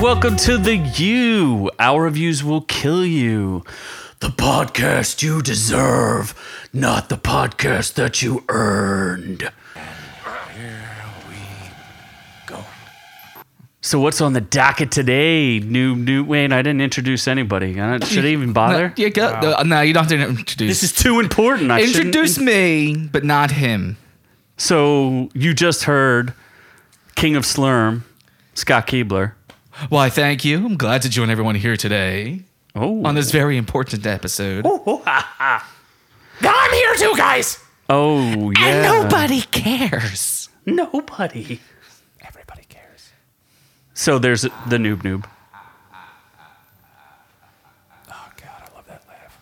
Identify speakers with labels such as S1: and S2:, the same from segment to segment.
S1: welcome to the You. Our reviews will kill you. The podcast you deserve, not the podcast that you earned. Here we go. So what's on the docket today? New, new. Wayne, I didn't introduce anybody. I don't- should I even bother?
S2: You go, uh, no, you don't have to introduce.
S1: This is too important. I shouldn't-
S2: introduce me, but not him.
S1: So you just heard King of Slurm, Scott Keebler.
S2: Why, thank you. I'm glad to join everyone here today
S1: Oh,
S2: on this very important episode.
S3: I'm here too, guys.
S1: oh yeah.
S2: And nobody cares.
S1: Nobody.
S3: Everybody cares.
S1: So there's the noob noob.
S3: Oh God, I love that laugh.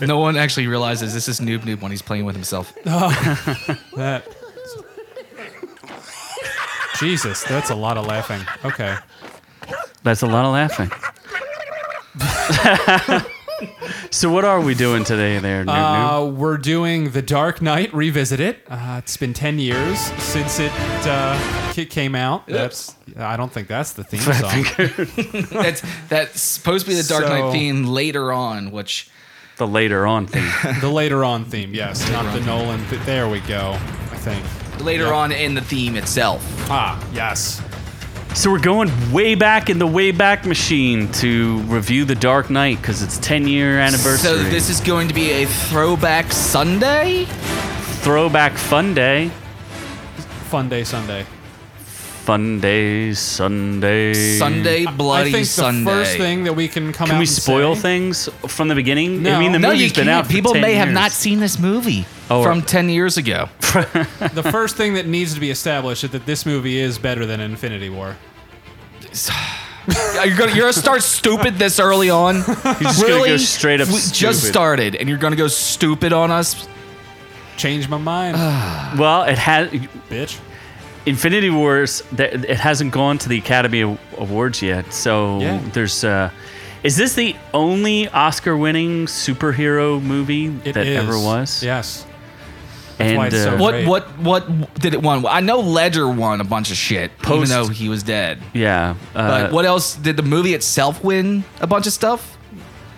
S2: No one actually realizes this is Noob Noob when he's playing with himself.
S3: Uh, Jesus, that's a lot of laughing. Okay.
S1: That's a lot of laughing. so what are we doing today there, noob noob?
S3: Uh, we're doing The Dark Knight Revisit It. Uh, it's been 10 years since it uh, ki- came out. That's I don't think that's the theme
S2: Uh,
S3: song.
S2: That's that's supposed to be the Dark Knight
S3: So-
S2: theme later on, which
S1: The later on thing.
S3: the later on theme, yes. Not the Nolan. Th- there we go, I think.
S2: later
S3: Yep.
S2: on in the theme itself.
S3: Ah, yes.
S1: So we're going way back in the way back machine to review The Dark Knight because it's 10 year anniversary.
S2: So this is going to be a throwback Sunday.
S1: throwback fun day.
S3: Fun Day Sunday.
S1: Fun day, Sunday.
S2: Sunday, bloody
S3: I think
S2: Sunday.
S3: the first thing that we can come out
S1: Can we
S3: and
S1: spoil
S3: say-
S1: things from the beginning? I
S3: No.
S1: mean, the
S2: no, you
S1: movie's
S2: can't.
S1: been out. For
S2: People
S1: 10
S2: may have
S1: years.
S2: not seen this movie
S1: Oh,
S2: from
S1: or-
S2: ten years ago.
S3: The first thing that needs to be established is that this movie is better than Infinity War.
S2: you're gonna you're gonna start stupid this early on. You're
S1: just gonna go straight up
S2: We just
S1: stupid.
S2: started, and you're gonna go stupid on us.
S3: Change my mind,
S1: Well, it has.
S3: bitch.
S1: Infinity Wars. that- It hasn't gone to the Academy Aw- Awards yet, so
S3: Yeah.
S1: there's. Uh, is this the only Oscar-winning superhero movie
S3: It
S1: that
S3: is.
S1: ever was?
S3: Yes.
S1: and
S3: why it's so
S1: uh,
S3: good.
S2: What
S3: Great.
S2: what what did it won? I know Ledger won a bunch of shit,
S1: Post-
S2: even though he was dead.
S1: yeah, uh,
S2: But what else did the movie itself win? A bunch of stuff.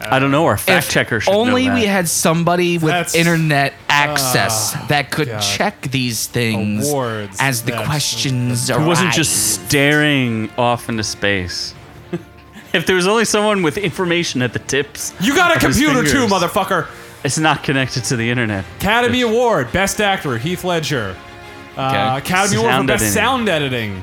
S1: I don't know. Our fact
S2: If
S1: checker should
S2: Only
S1: know that.
S2: we had somebody with
S3: That's- uh,
S2: internet access that could
S3: God.
S2: check these things
S3: Awards,
S2: as the
S3: that's-
S2: questions
S1: It
S2: arise.
S1: wasn't just staring off into space. if there was only someone with information at the tips,
S3: You got a
S1: of his
S3: computer too,
S1: fingers.
S3: motherfucker.
S1: It's not connected to the internet.
S3: Academy Award, Best Actor, Heath Ledger. Uh,
S2: Okay.
S3: Academy Award for
S1: Sound
S3: Best
S1: editing.
S3: Sound Editing.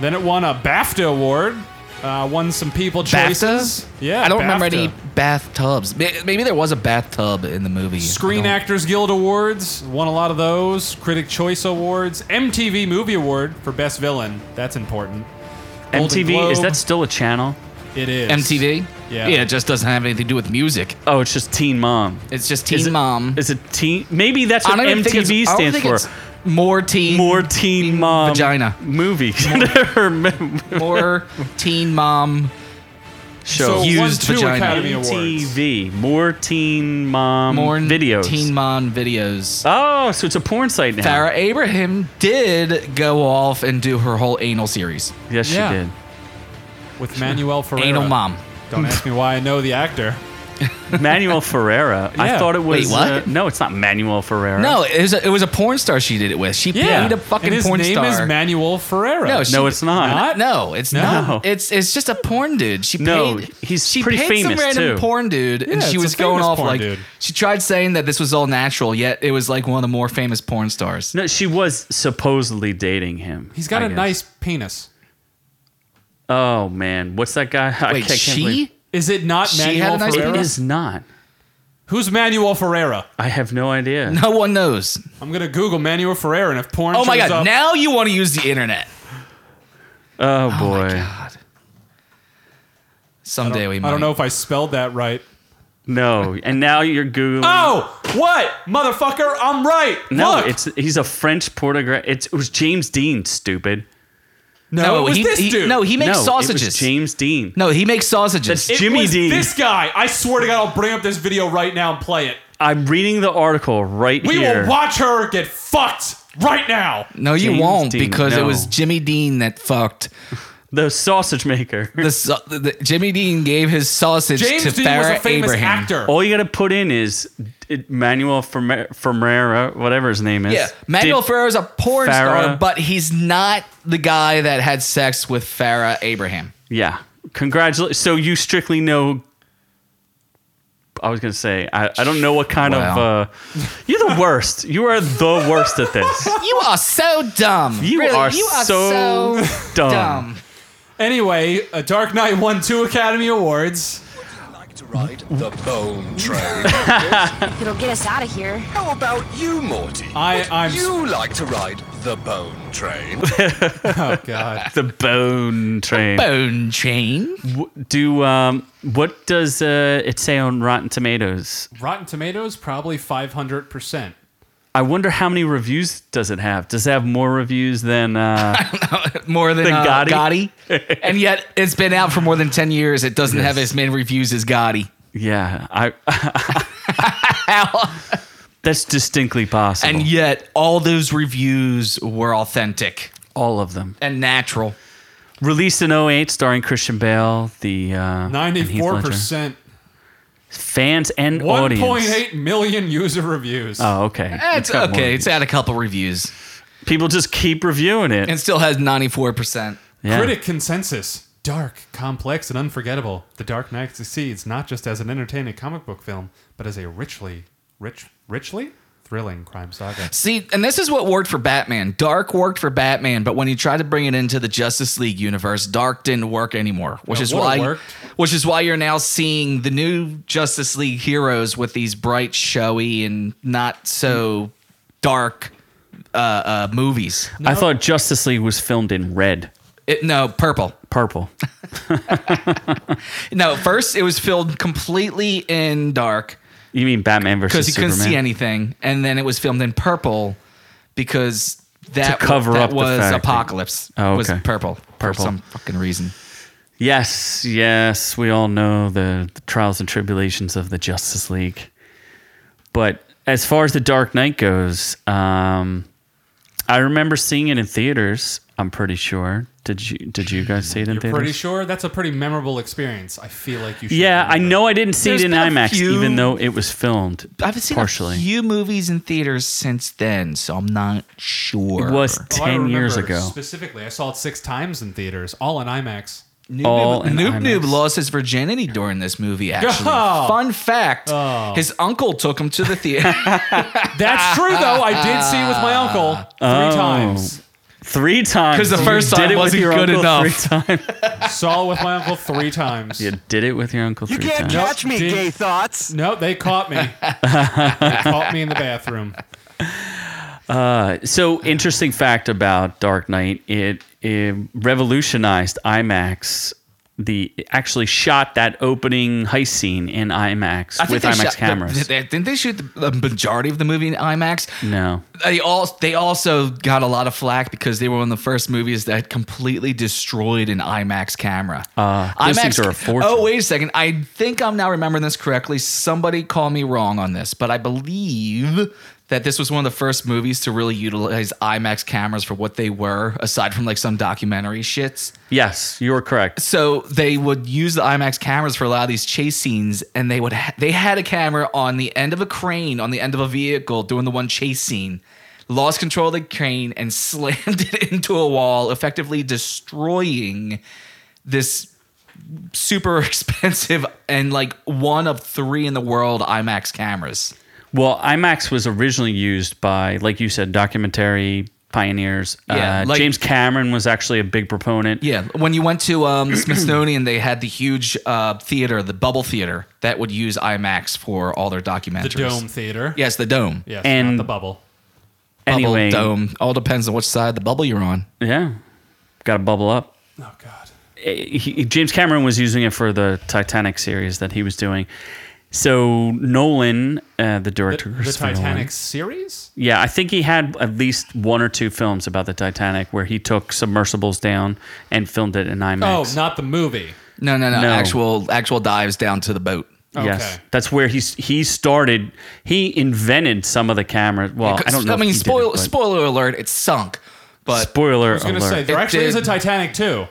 S3: Then it won a BAFTA Award. Uh, won some people
S2: BAFTAs?
S3: choices. Yeah,
S2: I don't remember
S3: BAFTA.
S2: any bathtubs. May- Maybe there was a bathtub in the movie.
S3: Screen
S2: I don't-
S3: Actors Guild Awards won a lot of those. Critic Choice Awards, MTV Movie Award for Best Villain. That's important. Golden
S1: MTV is
S3: Globe.
S1: that still a channel?
S3: It is
S2: MTV?
S3: Yeah.
S2: Yeah, it just doesn't have anything to do with music.
S1: Oh, it's just Teen Mom.
S2: It's just
S1: Is
S2: Teen
S1: it-
S2: Mom.
S1: Is it teen? Maybe that's what
S2: even think
S1: MTV
S2: it's- I don't
S1: stands
S2: think
S1: for.
S2: it's more teen,
S1: More Teen Mom
S2: vagina.
S1: movie Or m-
S2: more teen mom.
S3: So
S1: show.
S2: You-
S3: won
S2: Used
S3: two
S2: vagina.
S3: Academy Awards.
S1: MTV more Teen Mom
S2: More
S1: videos.
S2: Teen mom videos.
S1: oh, so it's a porn site now.
S2: Farrah Abraham did go off and do her whole anal series.
S1: Yes,
S3: Yeah.
S1: she did.
S3: with Manuel Ferreira.
S2: Anal mom.
S3: Don't ask me why I know the actor.
S1: Manuel Ferreira. I
S3: Yeah.
S1: thought it was.
S2: Wait, what?
S1: uh, no, it's not Manuel Ferreira.
S2: No, it was, a, it was a porn star she did it with. She played a fucking
S3: and his
S2: porn
S3: name
S2: star.
S3: is Manuel Ferreira.
S2: No, she-
S1: no, it's not.
S3: Not?
S2: No, it's
S3: No.
S2: not. It's it's just a porn dude. She
S1: No,
S2: paid,
S1: he's
S2: she
S1: pretty
S2: paid
S1: famous,
S2: some random
S1: too.
S2: porn dude, and
S3: Yeah,
S2: she
S3: it's
S2: was
S3: a
S2: going
S3: famous
S2: off
S3: porn
S2: like
S3: dude.
S2: she tried saying that this was all natural, yet it was like one of the more famous porn stars.
S1: No, she was supposedly dating him.
S3: He's got
S1: a
S3: a nice penis.
S1: Oh man, what's that guy? I
S2: Wait,
S1: can't- can't believe-
S2: she?
S3: Is it not
S2: She had
S3: Manuel
S2: a nice
S3: Ferreira?
S1: It
S2: Ferreira?
S1: is not.
S3: Who's Manuel Ferreira?
S1: I have no idea.
S2: No one knows.
S3: I'm gonna Google Manuel Ferreira, and if porn.
S2: Oh my
S3: shows
S2: god!
S3: up-
S2: Now you want to use the internet?
S1: Oh boy.
S2: God. Someday we might.
S3: I don't know if I spelled that right.
S1: No, and now you're googling.
S3: Oh, what, motherfucker? I'm right.
S1: no,
S3: Look.
S1: it's he's a French portograph. It's, it was James Dean, stupid.
S3: no, it was
S2: he,
S3: this
S2: he-
S3: dude.
S2: No, he makes
S1: no, It was
S2: sausages.
S1: James Dean.
S2: no, he makes sausages.
S1: That's-
S3: It
S1: Jimmy
S3: was
S1: Dean.
S3: This guy. I swear to God, I'll bring up this video right now and play it.
S1: I'm reading the article right
S3: We
S1: here.
S3: will watch her get fucked. right now.
S2: No, you
S1: James
S2: won't
S1: Dean,
S2: because it
S1: no.
S2: was Jimmy Dean that fucked.
S1: The sausage maker.
S2: The, sa- the, the- Jimmy Dean gave his sausage
S3: James
S2: to
S3: Dean
S2: Farrah
S3: was a famous
S2: Abraham.
S3: actor.
S1: All you got to put in is it, Manuel Ferme- Ferreira, whatever his name is.
S2: Yeah, Manuel
S1: Did-
S2: Farrah's a porn star,
S1: Farrah-
S2: but he's not the guy that had sex with Farrah Abraham.
S1: Yeah. Congratulations. So you strictly know. I was going to say, I, I don't know what kind
S2: Wow.
S1: of. Uh, you're the worst. You are the worst at this.
S2: You are so dumb.
S1: You,
S2: Really,
S1: are,
S2: you are
S1: so, dumb.
S2: dumb.
S3: Anyway, a Dark Knight won two Academy Awards.
S4: like to ride the bone train.
S5: It'll get us out of here.
S4: How about you, Morty?
S3: I-
S4: Would
S3: I'm-
S4: You like to ride the bone train?
S3: Oh God.
S1: The bone train.
S2: Bone chain.
S1: W- Do um, what does uh, it say on Rotten Tomatoes?
S3: Rotten Tomatoes probably 500%.
S1: I wonder how many reviews does it have? Does it have more reviews than? Uh,
S2: more than,
S1: Than
S2: uh,
S1: Gotti?
S2: Gotti. and yet it's been out for more than 10 years. It doesn't have as many reviews as Gotti.
S1: yeah, I. That's distinctly possible.
S2: And yet all those reviews were authentic
S1: all of them.
S2: and natural.
S1: Released in 08, starring Christian Bale, the uh, and Heath Ledger.
S3: 94%.
S1: fans and audience.
S3: 1.8 million user reviews.
S1: Oh, okay.
S2: That's
S1: It's got more
S2: okay.
S1: reviews.
S2: It's had a couple reviews
S1: People just keep reviewing it.
S2: and still has 94%.
S1: yeah.
S3: Critic consensus. Dark, complex, and unforgettable. The Dark Knight succeeds not just as an entertaining comic book film, but as a richly, rich, richly thrilling crime saga.
S2: See, and this is what worked for Batman. Dark worked for Batman, but when he tried to bring it into the Justice League universe, Dark didn't work anymore, which
S3: It
S2: is
S3: would've
S2: why
S3: worked.
S2: which is why you're now seeing the new Justice League heroes with these bright, showy and not so dark uh, uh, movies.
S1: I thought Justice League was filmed in red,
S2: It, no, purple.
S1: purple.
S2: No, first it was filmed completely in dark
S1: You mean Batman versus
S2: because you
S1: Superman?
S2: couldn't see anything, and then it was filmed in purple because that
S1: cover
S2: that
S1: up the
S2: was
S1: fact that-
S2: apocalypse.
S1: Oh,
S2: was
S1: okay.
S2: purple, for
S1: Purple.
S2: some fucking reason.
S1: Yes, yes, we all know the, the trials and tribulations of the Justice League. But as far as the Dark Knight goes, um, I remember seeing it in theaters. I'm pretty sure. Did you Did you guys see it in
S3: You're
S1: theaters?
S3: pretty sure that's a pretty memorable experience. I feel like you should.
S1: yeah, I
S3: remember.
S1: know I didn't see
S2: There's
S1: it in
S2: been a
S1: IMAX,
S2: few-
S1: even though it was filmed
S2: I haven't seen
S1: partially.
S2: a few movies in theaters since then, so I'm not sure.
S1: It was
S3: Oh, I
S1: ten years
S3: remember
S1: ago.
S3: Specifically, I saw it six times in theaters, all in IMAX.
S2: Noob
S1: all in
S2: Noob, Noob,
S1: IMAX.
S2: Noob lost his virginity during this movie. Actually,
S3: Oh.
S2: fun fact: his uncle took him to the theater.
S3: That's true, though. I did see it with my uncle three
S1: Oh.
S3: times.
S1: Three times
S2: 'Cause the
S1: You
S2: first
S1: did
S2: time
S1: it with
S2: wasn't
S1: your
S2: good
S1: uncle
S2: enough.
S1: Three times.
S3: Saw it with my uncle three times.
S1: you did it with your uncle three times.
S3: catch me, gay
S4: thoughts.
S3: No, they caught me. they caught me in the bathroom.
S1: So interesting fact about Dark Knight, it, it revolutionized IMAX. The it actually shot that opening heist scene in IMAX with
S2: they
S1: IMAX
S2: shot-
S1: cameras.
S2: didn't they shoot the the majority of the movie in IMAX?
S1: no,
S2: They all they also got a lot of flack because they were one of the first movies that completely destroyed an IMAX camera. Uh,
S1: those things are a fortune.
S2: Oh wait a second, I think I'm now remembering this correctly. Somebody call me wrong on this, but I believe that this was one of the first movies to really utilize IMAX cameras for what they were, aside from like some documentary shits.
S1: yes, you were correct.
S2: So they would use the IMAX cameras for a lot of these chase scenes, and they would ha- they had a camera on the end of a crane, on the end of a vehicle, doing the one chase scene. Lost control of the crane and slammed it into a wall, effectively destroying this super expensive and like one of three in the world IMAX cameras.
S1: Well, IMAX was originally used by, like you said, documentary pioneers.
S2: Yeah,
S1: uh,
S2: like-
S1: James Cameron was actually a big proponent.
S2: Yeah, when you went to um, the Smithsonian, they had the huge uh, theater, the Bubble Theater, that would use IMAX for all their documentaries.
S3: The Dome Theater.
S2: Yes, the dome.
S3: Yes,
S1: And-
S3: not the bubble.
S2: bubble
S1: Anyway,
S2: dome. All depends on which side of the bubble you're on.
S1: yeah, got to bubble up.
S3: Oh God.
S1: he, James Cameron was using it for the Titanic series that he was doing. So Nolan, uh, the director,
S3: The
S1: Christopher Nolan-
S3: Titanic series?
S1: yeah, I think he had at least one or two films about the Titanic where he took submersibles down and filmed it in IMAX.
S3: Oh, not the movie.
S2: No, no, no.
S1: No.
S2: Actual actual dives down to the boat.
S1: Yes,
S3: Oh, Okay.
S1: that's where he's he started. He invented some of the cameras. Well, I don't know.
S2: I mean,
S1: if he did it,
S2: spoil,
S1: but-
S2: spoiler alert, it's sunk. But
S1: spoiler
S3: I was gonna
S1: alert.
S3: say there
S2: It
S3: actually is a
S2: did-
S3: Titanic too.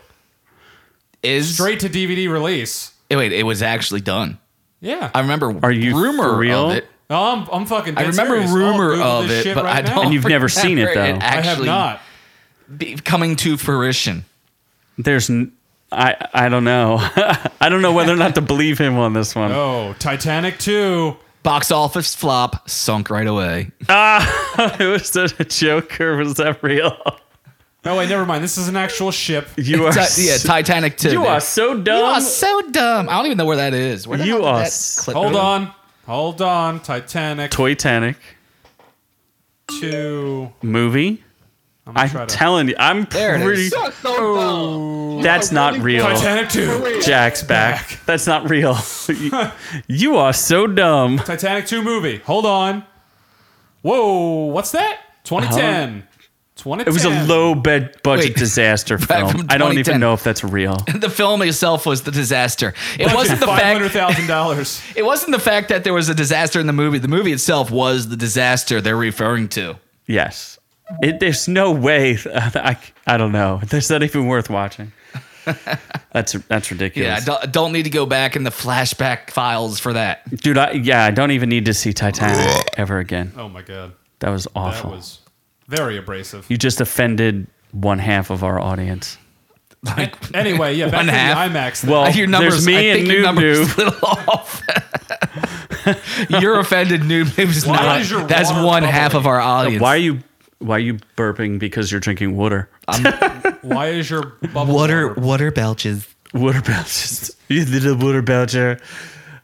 S2: is
S3: Straight to DVD release.
S2: eh, wait, it was actually done.
S3: Yeah.
S2: I remember
S1: Are you
S2: rumor
S1: for real?
S2: of it.
S3: No, I'm, I'm fucking.
S2: I
S3: dead
S2: remember
S3: serious. I'll
S2: rumor
S3: Google
S2: of
S3: this
S2: it,
S3: shit
S2: but
S3: right
S2: I don't.
S3: now.
S1: And you've never
S2: remember
S1: seen it, though. I have
S3: I have
S2: actually
S3: not.
S2: be- coming to fruition.
S1: There's, n- I I don't know. I don't know whether or not to believe him on this one.
S3: Oh, Titanic two.
S2: Box office flop sunk right away.
S1: it was that a joke or was that real?
S3: No, wait, never mind. This is an actual ship.
S1: You are,
S2: Ti- yeah,
S1: so,
S2: Titanic two.
S1: you
S2: there.
S1: are so dumb.
S2: You are so dumb. I don't even know where that is. Where the
S1: You
S2: hell did
S1: are
S2: that
S1: s-
S2: clip
S3: Hold
S2: go?
S3: on. Hold on. Titanic
S1: Toytanic
S3: two.
S1: movie.
S3: I'm gonna
S1: I'm
S3: try to-
S1: telling you, I'm
S2: There it
S1: pretty.
S2: is.
S1: That's not real.
S3: Titanic two.
S1: Jack's back. That's not real. You- you are so dumb.
S3: Titanic two movie. Hold on. Whoa, what's that? 2010.
S2: Uh-huh.
S3: 2010.
S1: It was a low bed budget
S2: Wait.
S1: disaster
S2: Back
S1: film.
S2: from
S1: I don't even
S2: 2010.
S1: know if that's real.
S2: The film itself was the disaster. It wasn't the
S3: Five hundred
S2: fact.
S3: thousand dollars.
S2: It wasn't the fact that there was a disaster in the movie. The movie itself was the disaster they're referring to.
S1: Yes. It, there's no way. I, I don't know. That's not even worth watching. That's that's
S2: Yeah,
S1: ridiculous.
S2: I don't, don't need to go back in the flashback files for that.
S1: Dude, I, yeah, I don't even need to see Titanic ever again.
S3: Oh my god,
S1: That was
S3: that
S1: awful.
S3: was very abrasive.
S1: you just offended one half of our audience.
S3: Anyway, yeah, back
S2: One
S3: to
S2: half.
S3: the IMAX. Thing.
S1: Well,
S2: I hear numbers.
S1: there's me
S2: I
S1: and
S2: think
S1: Noob
S2: your numbers
S1: Noob.
S2: a little off. You're offended, noob. Noob is
S3: Why
S2: not.
S3: is your
S2: That's
S3: water
S2: one half
S3: bubbling?
S2: of our audience.
S1: Why are you why are you burping because you're drinking water?
S3: why is your bubble
S2: water
S3: water?
S2: water belches?
S1: Water belcher. You little water belcher.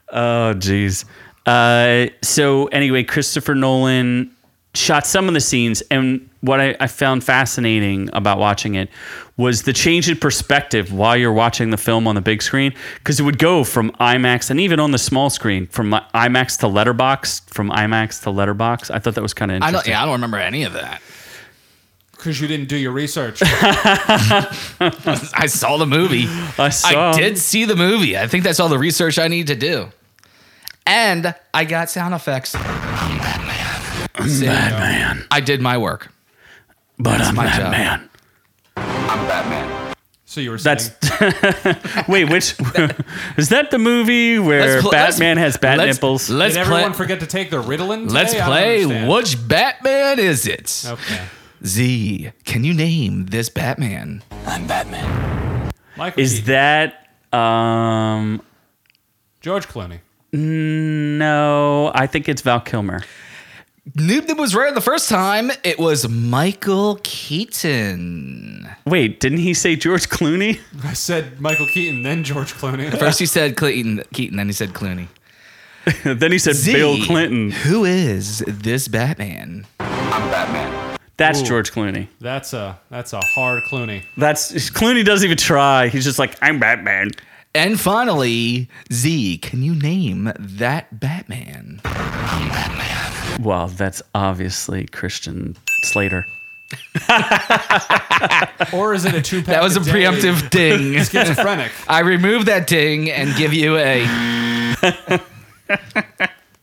S1: Oh, jeez. Uh, so anyway, Christopher Nolan shot some of the scenes, and what I, I found fascinating about watching it was the change in perspective while you're watching the film on the big screen, because it would go from IMAX and even on the small screen from IMAX to Letterbox, from IMAX to Letterbox. I thought that was kind of
S2: I
S1: interesting.
S2: don't. Yeah, I don't remember any of that.
S3: Because you didn't do your research.
S2: I saw the movie.
S1: I saw.
S2: I did see the movie. I think that's all the research I need to do. And I got sound effects. I'm Batman. See, I did my work.
S1: but I'm
S2: my job.
S1: Batman.
S3: So you were saying
S1: That's wait, which is that the movie where
S2: Let's pl- let's-
S1: Batman has bat
S2: let's-
S1: nipples?
S2: Let's
S3: did everyone
S2: play.
S3: forget to take their Ritalin? Today?
S2: Let's
S3: I don't
S2: play.
S3: understand.
S2: Which Batman is it?
S3: Okay,
S2: Z, can you name this Batman?
S3: Michael
S1: Is
S3: Keaton.
S1: that um
S3: George Clooney?
S1: no, I think it's Val Kilmer.
S2: Noob Noob was right the first time. It was Michael Keaton.
S1: Wait, didn't he say George Clooney?
S3: I said Michael Keaton, then George Clooney.
S2: First he said Clayton Keaton, then he said Clooney.
S1: then he said
S2: Z,
S1: Bill Clinton.
S2: Who is this Batman?
S1: That's
S3: Ooh.
S1: George Clooney.
S3: That's a that's a hard Clooney.
S1: That's Clooney doesn't even try. He's just like I'm Batman.
S2: And finally, Z, can you name that Batman?
S1: Well, that's obviously Christian Slater.
S3: Or is it a two pack?
S2: That was a preemptive ding.
S3: schizophrenic.
S2: I remove that ding and give you a.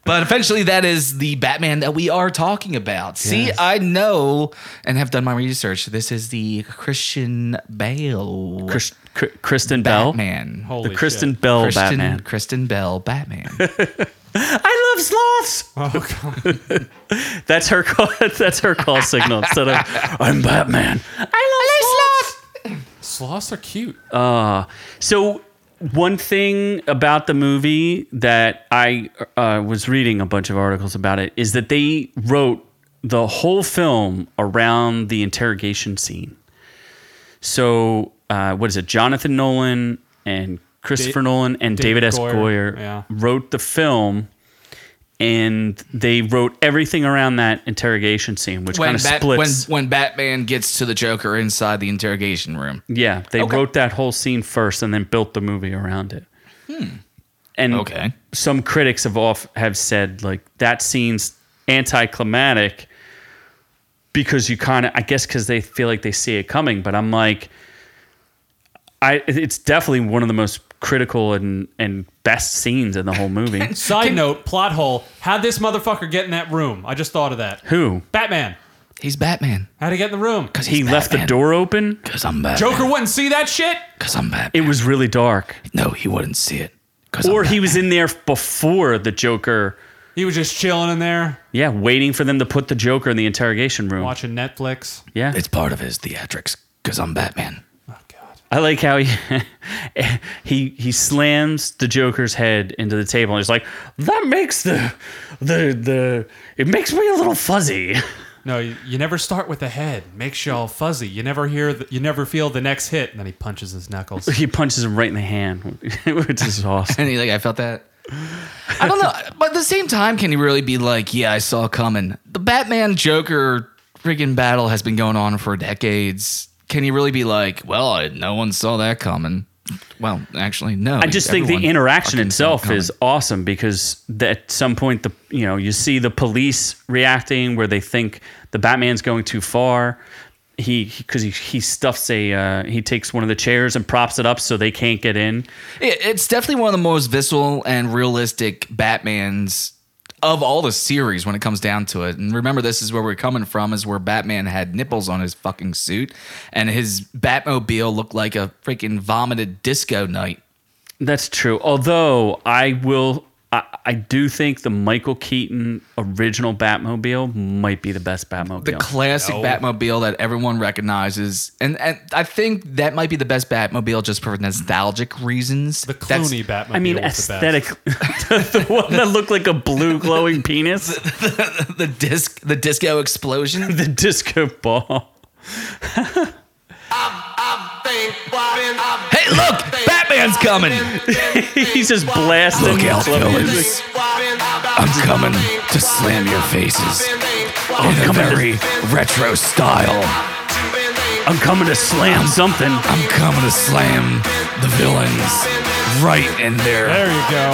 S2: but eventually, that is the Batman that we are talking about. See, I know and have done my research. This is the Christian Bale
S1: Chris, Cr- Kristen Bell.
S2: Batman.
S3: Holy
S1: The Kristen
S3: shit.
S1: Bell
S2: Christian,
S1: Batman.
S2: Kristen Bell Batman.
S1: I love sloths.
S3: Oh god.
S1: That's her call. That's her call signal instead of I'm Batman. I love sloth.
S3: Sloths are cute.
S1: So one thing about the movie that I uh, was reading a bunch of articles about it is that they wrote the whole film around the interrogation scene. So uh, what is it? Jonathan Nolan and Christopher
S3: Da-
S1: Nolan and David,
S3: David
S1: S.
S3: Goyer,
S1: Goyer
S3: yeah.
S1: wrote the film. And they wrote everything around that interrogation scene, which kind
S2: when,
S1: of
S2: Bat- when,
S1: splits.
S2: when Batman gets to the Joker inside the interrogation room.
S1: Yeah, they
S2: Okay.
S1: wrote that whole scene first and then built the movie around it. And
S2: Hmm. Okay.
S1: some critics have off have said like that scene's anticlimactic because you kind of I guess because they feel like they see it coming. But I'm like, I it's definitely one of the most critical and and best scenes in the whole movie.
S3: Side note, plot hole. How'd this motherfucker get in that room? I just thought of that.
S1: Who?
S3: Batman.
S2: He's Batman.
S3: How'd he get in the room?
S2: Cause
S1: He left the door open.
S2: Because I'm Batman.
S3: Joker wouldn't see that shit?
S2: Because I'm Batman.
S1: It was really dark.
S2: no, he wouldn't see it. 'Cause I'm
S1: Or he
S2: Batman.
S1: was in there before the Joker.
S3: He was just chilling in there,
S1: Yeah, waiting for them to put the Joker in the interrogation room.
S3: watching Netflix.
S1: Yeah.
S2: It's part of his theatrics. Because I'm Batman.
S3: Oh, God.
S1: I like how he, he he slams the Joker's head into the table and he's like, "That makes the the the it makes me a little fuzzy."
S3: No, you, you never start with the head. Makes you all fuzzy. You never hear, the, you never feel the next hit. And then he punches his knuckles.
S1: He punches him right in the hand, which is awesome.
S2: And he like, I felt that. I don't know. But at the same time, can you really be like, yeah, I saw it coming? The Batman Joker freaking battle has been going on for decades. Can you really be like, well, I, no one saw that coming? Well, actually, no.
S1: I just think the
S2: Everyone
S1: interaction
S2: fucking saw it
S1: itself is
S2: coming.
S1: awesome because the- at some point the you know you see the police reacting where they think the Batman's going too far. He because he, he stuffs a uh, he takes one of the chairs and props it up so they can't get in.
S2: It- it's definitely one of the most visceral and realistic Batmans of all the series when it comes down to it. And remember, this is where we're coming from is where Batman had nipples on his fucking suit, and his Batmobile looked like a freaking vomited disco night.
S1: That's true. Although I will, I, I do think the Michael Keaton original Batmobile might be the best Batmobile.
S2: the classic
S3: No.
S2: Batmobile that everyone recognizes, and and I think that might be the best Batmobile just for nostalgic reasons.
S3: The
S2: That's-
S3: Clooney Batman.
S1: I mean, aesthetic. the one that looked like a blue glowing penis,
S2: the disc, the disco explosion.
S1: the disco ball.
S2: hey, look, Batman's coming!
S1: He's just blasting.
S2: Look out,
S1: club
S2: fellas.
S1: music.
S2: I'm coming to slam your faces in a very retro style.
S1: I'm coming to slam something.
S2: I'm coming to slam the villains right in there.
S3: There you go.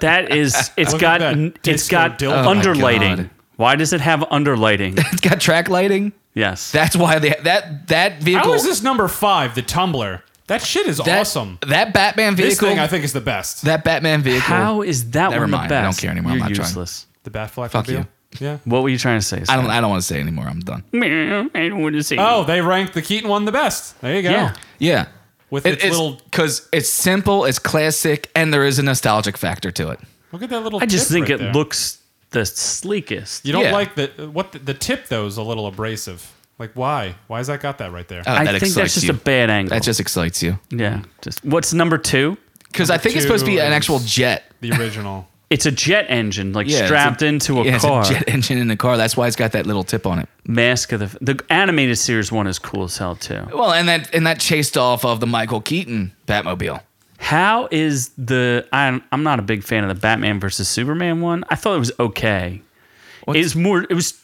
S1: That is, it's
S3: Look at
S1: got,
S3: that
S1: n- it's
S3: disco
S1: got
S3: dildo.
S2: Oh my
S1: underlighting.
S2: God.
S1: Why does it have underlighting?
S2: It's got track lighting.
S1: Yes.
S2: That's why they that that vehicle.
S3: How is this number five, the tumbler? That shit is
S2: that,
S3: awesome.
S2: That Batman
S3: This
S2: vehicle.
S3: thing I think is the best.
S2: that Batman vehicle.
S1: How is that
S2: Never
S1: one
S2: mind.
S1: the
S2: I don't
S1: best?
S2: care anymore. I'm
S1: You're
S2: not trying.
S1: useless.
S3: the Batfleck
S2: Fuck
S3: reveal? Yeah.
S1: What were you trying to say?
S2: I don't. I don't want to say anymore. I'm done.
S1: don't. I don't want to say.
S3: Oh, they ranked the Keaton one the best. There you go.
S1: Yeah.
S2: Yeah.
S3: With its little-
S2: because it's simple, it's classic, and there is a nostalgic factor to it.
S3: Look at that little.
S1: I just
S3: tip
S1: think
S3: right
S1: it
S3: there.
S1: looks the sleekest.
S3: You don't
S2: Yeah.
S3: like the what the, the tip though is a little abrasive. Like why? Why has that got that right there?
S2: Oh,
S1: I
S2: that
S1: think that's
S2: excites
S1: just
S2: you.
S1: a bad angle.
S2: that just excites you
S1: yeah. Just what's number two?
S2: because I think it's supposed to be
S3: two
S2: an
S3: is-
S2: actual jet.
S3: the original.
S1: It's a jet engine, like
S2: Yeah, it's
S1: strapped into a
S2: yeah, it's
S1: car.
S2: jet engine in the car. That's why it's got that little tip on it.
S1: Mask of the the animated series one is cool as hell too.
S2: Well, and that and that chased off of the Michael Keaton Batmobile.
S1: How is the? I'm I'm not a big fan of the Batman versus Superman one. I thought it was okay. It's more. It was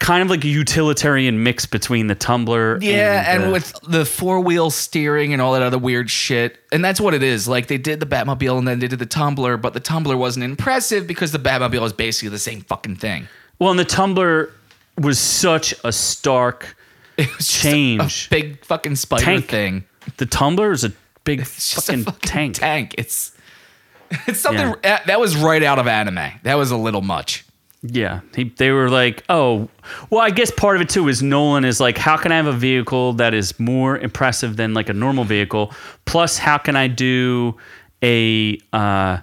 S1: kind of like a utilitarian mix between the tumbler.
S2: Yeah, and, uh,
S1: the-
S2: with the four wheel steering and all that other weird shit. And that's what it is. Like they did the Batmobile and then they did the Tumbler, but the Tumbler wasn't impressive because the Batmobile is basically the same fucking thing.
S1: well, and the tumbler was such a stark
S2: It was just a-
S1: change.
S2: a big fucking spider
S1: Tank.
S2: thing.
S1: The tumbler is a big
S2: It's just a
S1: fucking, tank.
S2: Tank. It's it's something
S1: Yeah.
S2: that, that was right out of anime. That was a little much.
S1: Yeah, he, they were like, oh, well, I guess part of it too is Nolan is like, how can I have a vehicle that is more impressive than like a normal vehicle? Plus, how can I do a? Uh,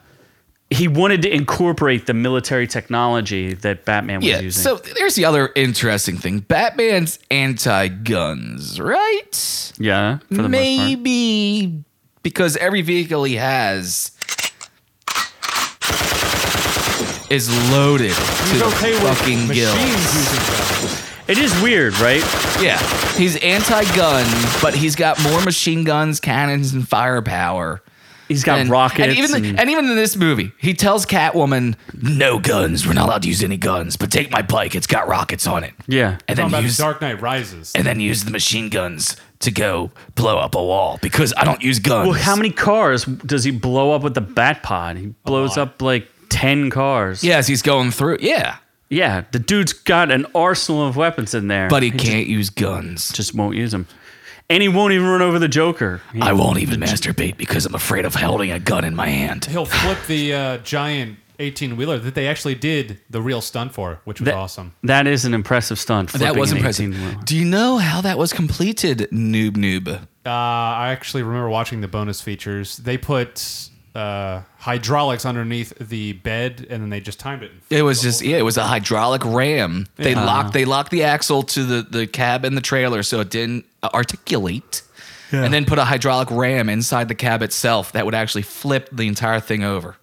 S1: he wanted to incorporate the military technology that Batman was
S2: Yeah.
S1: using.
S2: So there's the other interesting thing. Batman's anti-guns, right?
S1: yeah, for the most
S2: Maybe because every vehicle he has is loaded to
S3: He's
S2: the
S3: okay with
S2: fucking
S3: machines
S2: gills.
S3: using guns.
S1: part. it is weird, right?
S2: Yeah, he's anti-gun, but he's got more machine guns, cannons, and firepower.
S1: He's got
S2: and,
S1: rockets.
S2: And even,
S1: and-
S2: and even in this movie, he tells Catwoman, "No guns. We're not allowed to use any guns. But take my bike. It's got rockets on it."
S1: yeah,
S2: And
S3: Talking
S2: then
S3: about the
S2: use
S3: Dark Knight Rises.
S2: and then use the machine guns to go blow up a wall because I don't use guns.
S1: Well, how many cars does he blow up with the bat pod? He blows
S3: lot.
S1: up like ten cars.
S2: Yes, he's going through. Yeah,
S1: yeah. The dude's got an arsenal of weapons in there,
S2: but he
S1: just-
S2: can't use guns.
S1: just won't use them. and he won't even run over the Joker. He-
S2: I won't even masturbate because I'm afraid of holding a gun in my hand.
S3: He'll flip the uh, giant 18 wheeler that they actually did the real stunt for, which was
S1: that-
S3: awesome.
S1: That is an impressive stunt.
S2: That
S1: flipping
S2: was
S1: an
S2: impressive.
S1: 18-wheeler.
S2: Do you know how that was completed, noob noob?
S3: Uh, I actually remember watching the bonus features. They put uh, hydraulics underneath the bed, and then they just timed it.
S2: It was just yeah, it was a hydraulic ram. They locked they locked the axle to the the cab and the trailer so it didn't uh, articulate. And then put a hydraulic ram inside the cab itself that would actually flip the entire thing over.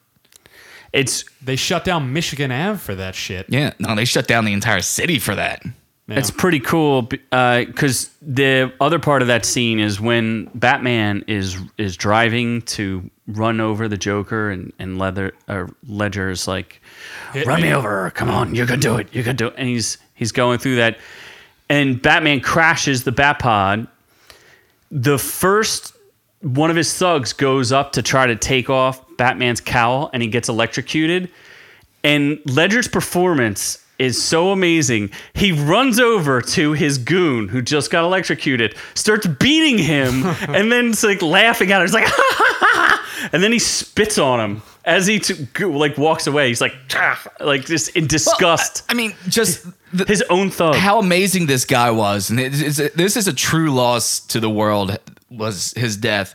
S1: It's
S3: They shut down Michigan Ave for that shit.
S2: Yeah, no, they shut down the entire city for that.
S3: Yeah.
S1: It's pretty cool because the other part of that scene is when Batman is is driving to run over the Joker and and Leather or Ledger is like,
S3: Hit
S1: run me over, come on, you can do it, you can do it, and he's he's going through that, and Batman crashes the Batpod. The first one of his thugs goes up to try to take off Batman's cowl, and he gets electrocuted. And Ledger's performance is so amazing. He runs over to his goon who just got electrocuted, starts beating him, and then it's like laughing at him. It's like, and then he spits on him as he t- go- like walks away. He's like, "Ah," like just in disgust.
S2: I mean, just the,
S1: his own thug.
S2: uh, how amazing this guy was, and it- it's, this is a true loss to the world. Was his death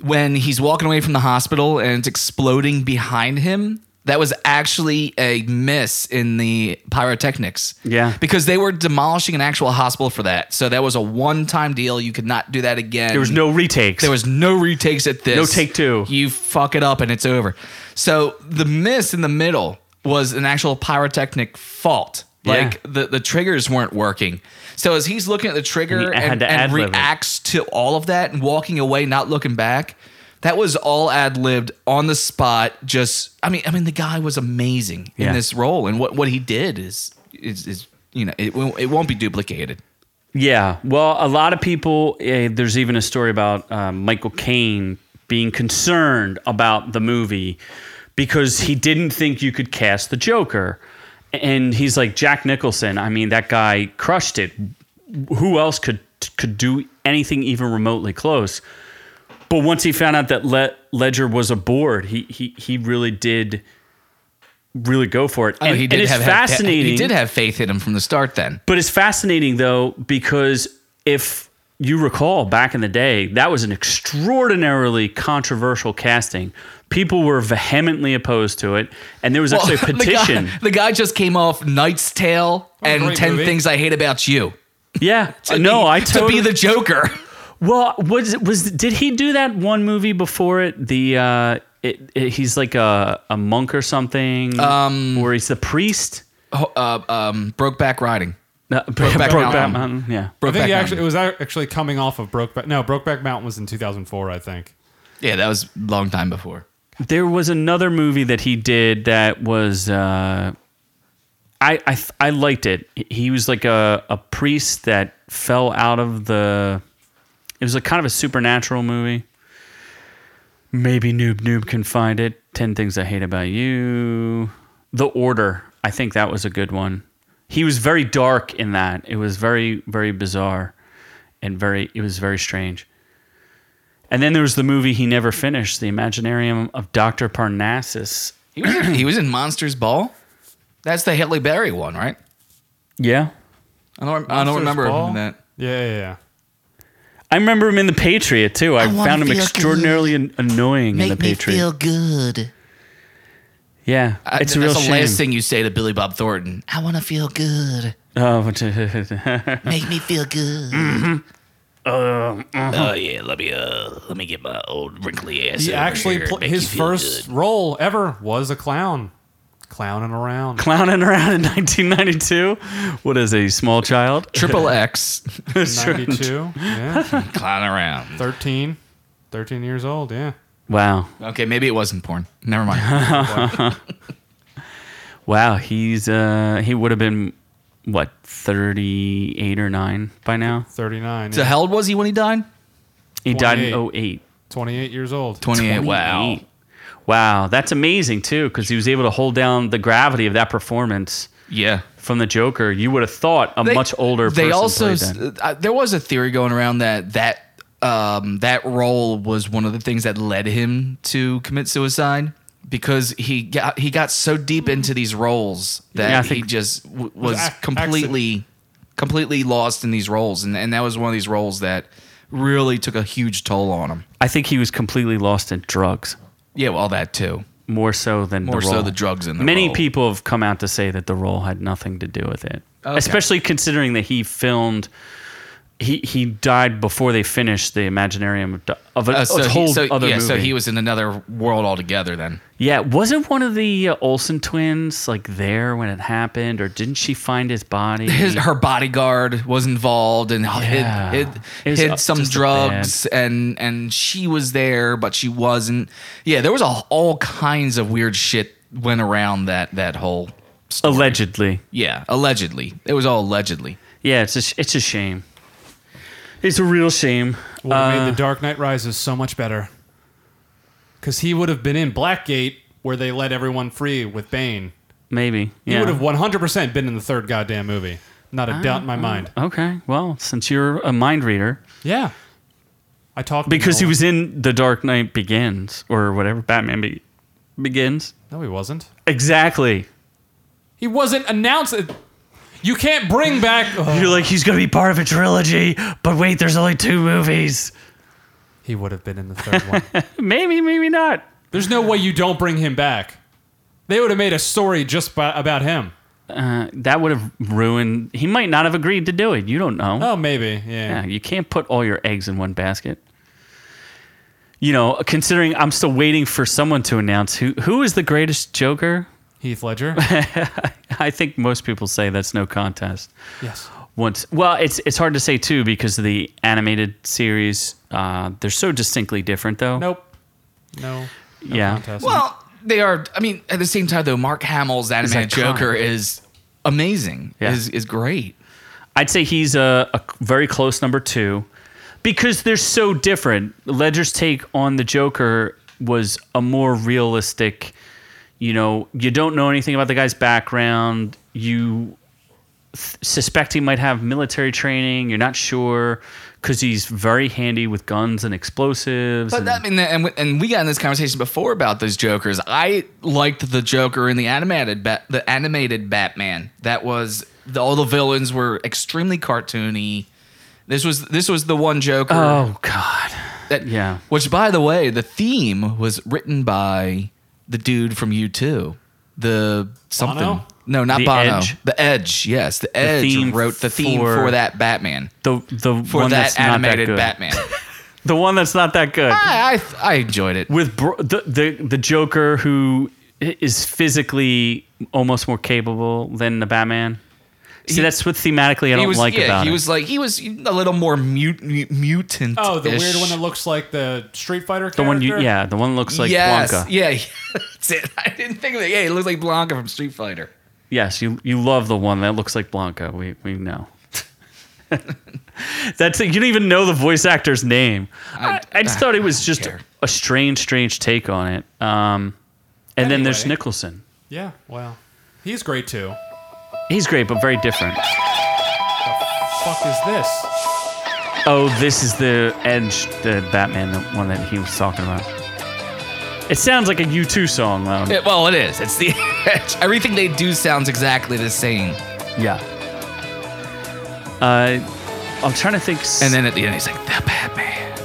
S2: when he's walking away from the hospital and it's exploding behind him? That was actually a miss in the pyrotechnics.
S1: Yeah.
S2: because they were demolishing an actual hospital for that, so that was a one-time deal. You could not do that again.
S1: there was no retakes.
S2: There was no retakes at this.
S1: No take two.
S2: You fuck it up and it's over. So the miss in the middle was an actual pyrotechnic fault. Like the, the triggers weren't working. So as he's looking at the trigger
S1: And he had
S2: and,
S1: to
S2: and
S1: ad-lib it.
S2: reacts to all of that and walking away, not looking back, that was all ad libbed on the spot. Just I mean, I mean, the guy was amazing
S1: Yeah.
S2: in this role, and what, what he did is is, is you know it, won't- it won't be duplicated.
S1: Yeah. Well, a lot of people, eh, there's even a story about um, Michael Caine being concerned about the movie because he didn't think you could cast the Joker. And he's like, Jack Nicholson, I mean, that guy crushed it. Who else could could do anything even remotely close? But once he found out that Le- Ledger was aboard, he, he he really did really go for it.
S2: I mean,
S1: And-
S2: Oh, he did
S1: and it's
S2: have have-
S1: fascinating.
S2: he did have faith in him from the start. Then
S1: But it's fascinating though because if you recall back in the day, that was an extraordinarily controversial casting. People were vehemently opposed to it, and there was actually a
S2: the guy-
S1: petition.
S2: The guy, just came off Knight's Tale and
S3: great
S2: 10
S3: movie.
S2: Things I Hate About You.
S1: yeah, no, I totally.
S2: To be the Joker.
S1: well, was was did he do that one movie before it? The uh, it, it, he's like a, a monk or something, um, or he's the priest.
S2: Oh, uh, um, Brokeback Riding.
S1: Uh, Brokeback
S2: Mountain.
S1: Mountain, Yeah,
S3: I
S2: Brokeback
S3: think he actually,
S2: Mountain.
S3: it was ac- actually coming off of Brokeback. No, Brokeback Mountain was in 2004, I think.
S2: Yeah, that was a long time before.
S1: There was another movie that he did that was uh, I I th- I liked it. He was like a a priest that fell out of the. It was a kind of a supernatural movie. Maybe Noob Noob can find it. Ten Things I Hate About You. The Order. I think that was a good one. He was very dark in that. It was very very bizarre, and very it was very strange. And then there was the movie he never finished, The Imaginarium of Dr. Parnassus.
S2: He was, he was in Monsters Ball. That's the Haley Berry one, right?
S1: Yeah.
S2: I don't, I don't
S3: Monsters
S2: remember
S3: Ball?
S2: that.
S3: Yeah, yeah, yeah.
S1: I remember him in The Patriot, too. I,
S6: wanna
S1: found him
S6: feel
S1: extraordinarily an- annoying in The
S6: Make me
S1: Patriot.
S6: feel good.
S1: yeah. it's a
S2: that's
S1: real
S2: the
S1: shame.
S2: last thing you say to Billy Bob Thornton.
S6: I want to feel good.
S1: Oh, but-
S6: Make me feel good.
S3: Mm-hmm. Uh, uh-huh.
S2: Oh yeah, let me uh, let me get my old wrinkly ass.
S3: He
S2: over
S3: actually,
S2: here and
S3: pl-
S2: make
S3: his
S2: you feel
S3: first
S2: good.
S3: role ever was a clown. Clowning around.
S1: clowning around in 1992. What is a small child?
S2: triple X
S1: true.
S3: 92. Yeah.
S2: clown around.
S3: 13. 13 years old, yeah.
S1: Wow.
S2: Okay, maybe it wasn't porn. Never mind.
S1: Wow. He's, uh, he would have been, what, 38 or 9 by now?
S3: 39.
S2: so
S3: yeah.
S2: how old was he when he died?
S1: He died in
S3: 28.
S1: 08.
S3: 28 years old.
S2: 28. Wow.
S1: 28. Wow, that's amazing too, because he was able to hold down the gravity of that performance
S2: Yeah.
S1: from the Joker, you would have thought a much older person
S2: They also
S1: played that.
S2: uh, there was a theory going around that that um, that role was one of the things that led him to commit suicide because he got he got so deep into these roles that
S1: Yeah, I
S2: he
S1: think-
S2: just w- was
S3: ac-
S2: completely completely lost in these roles and and that was one of these roles that really took a huge toll on him.
S1: I think he was completely lost in drugs,
S2: Yeah, well, that too.
S1: more so than
S2: More
S1: the
S2: so
S1: role.
S2: the drugs in the
S1: Many
S2: role.
S1: people have come out to say that the role had nothing to do with it,
S2: Okay.
S1: especially considering that he filmed. He, he died before they finished the Imaginarium of a,
S2: Uh,
S1: a
S2: so,
S1: whole
S2: he, so,
S1: other
S2: yeah,
S1: movie.
S2: so he was in another world altogether then.
S1: Yeah, wasn't one of the uh, Olsen twins like there when it happened, or didn't she find his body?
S2: his her bodyguard was involved and
S1: Mm-hmm. Yeah. It
S2: hid hid,
S1: was
S2: hid
S1: up-
S2: some
S1: just a
S2: drugs and and she was there but she wasn't. Yeah, there was a, all kinds of weird shit went around that that whole story.
S1: Allegedly,
S2: yeah, allegedly. It was all allegedly.
S1: yeah, it's a sh- it's a shame. It's a real shame. Uh,
S3: Would
S2: uh,
S3: have made The Dark Knight Rises so much better. Because he would have been in Blackgate where they let everyone free with Bane.
S1: Maybe
S3: He
S1: yeah.
S3: would have 100% been in the third goddamn movie. Not a doubt in my mind.
S1: Okay, well, since you're a mind reader,
S3: Yeah. I talked to
S1: because he
S2: Oh.
S3: Nolan.
S1: was in The Dark Knight Begins or whatever Batman be- Begins.
S3: No, he wasn't.
S1: Exactly.
S3: He wasn't announced. You can't bring back.
S1: You're like he's gonna be part of a trilogy, but wait, there's only two movies.
S3: He would have been in the third one.
S1: Maybe, maybe not.
S3: There's no way you don't bring him back. They would have made a story just by, about him.
S1: Uh, that would have ruined. He might not have agreed to do it. You don't know.
S3: Oh, maybe. Yeah.
S1: Yeah, you can't put all your eggs in one basket. You know, considering I'm still waiting for someone to announce who who is the greatest Joker.
S3: Heath Ledger.
S1: I think most people say that's no contest.
S3: yes.
S1: Once, well, it's it's hard to say too because of the animated series. Uh, they're so distinctly different, though.
S3: Nope. No. no
S1: Yeah.
S3: Contest.
S2: Well, they are I mean, at the same time though Mark Hamill's animated
S1: iconic.
S2: Joker is amazing.
S1: Yeah.
S2: Is is great.
S1: I'd say he's a, a very close number two because they're so different. Ledger's take on the Joker was a more realistic, you know, you don't know anything about the guy's background. You th- suspect he might have military training. You're not sure because he's very handy with guns and explosives.
S2: But
S1: and-
S2: that, I mean, that- and we, and we got in this conversation before about those Jokers. I liked the Joker in the animated ba- the animated Batman. That was the, all the villains were extremely cartoony. This was this was the one Joker
S1: oh, God.
S2: that
S1: yeah.
S2: Which, by the way, the theme was written by the dude from U two, the something.
S3: Bono?
S2: No, not
S1: The
S2: Bono.
S1: Edge?
S2: The Edge. Yes, the Edge
S1: theme
S2: wrote the theme
S1: for-
S2: for, that Batman.
S1: The, the
S2: For
S1: one
S2: that
S1: that's not that
S2: animated
S1: good.
S2: Batman,
S1: The one that's not that good.
S2: I, I I enjoyed it.
S1: with bro- the, the the Joker who is physically almost more capable than the Batman. See, that's what thematically I don't
S2: he was
S1: like
S2: yeah,
S1: about
S2: he
S1: it.
S2: was like he was a little more mute, mutant.
S3: oh, the weird one that looks like the Street Fighter character.
S1: the one you, yeah, the one that looks like
S2: yes,
S1: Blanca.
S2: Yeah, that's it. I didn't think of it. Yeah, he looks like Blanca from Street Fighter.
S1: Yes, you you love the one that looks like Blanca. We we know. That's it. You don't even know the voice actor's name. I, I just thought it was just
S2: care.
S1: a strange, strange take on it. Um, and then there's
S3: Anyway.
S1: Nicholson.
S3: Yeah. Wow. He's great too.
S1: He's great, but very different.
S3: Fuck is this?
S1: Oh, this is the Edge, the Batman the one that he was talking about. It sounds like a U2 song, though.
S2: Yeah, well, it is. It's the everything they do sounds exactly the same.
S1: Yeah. Uh, I'm trying to think. s-
S2: And then at the end, he's like the Batman.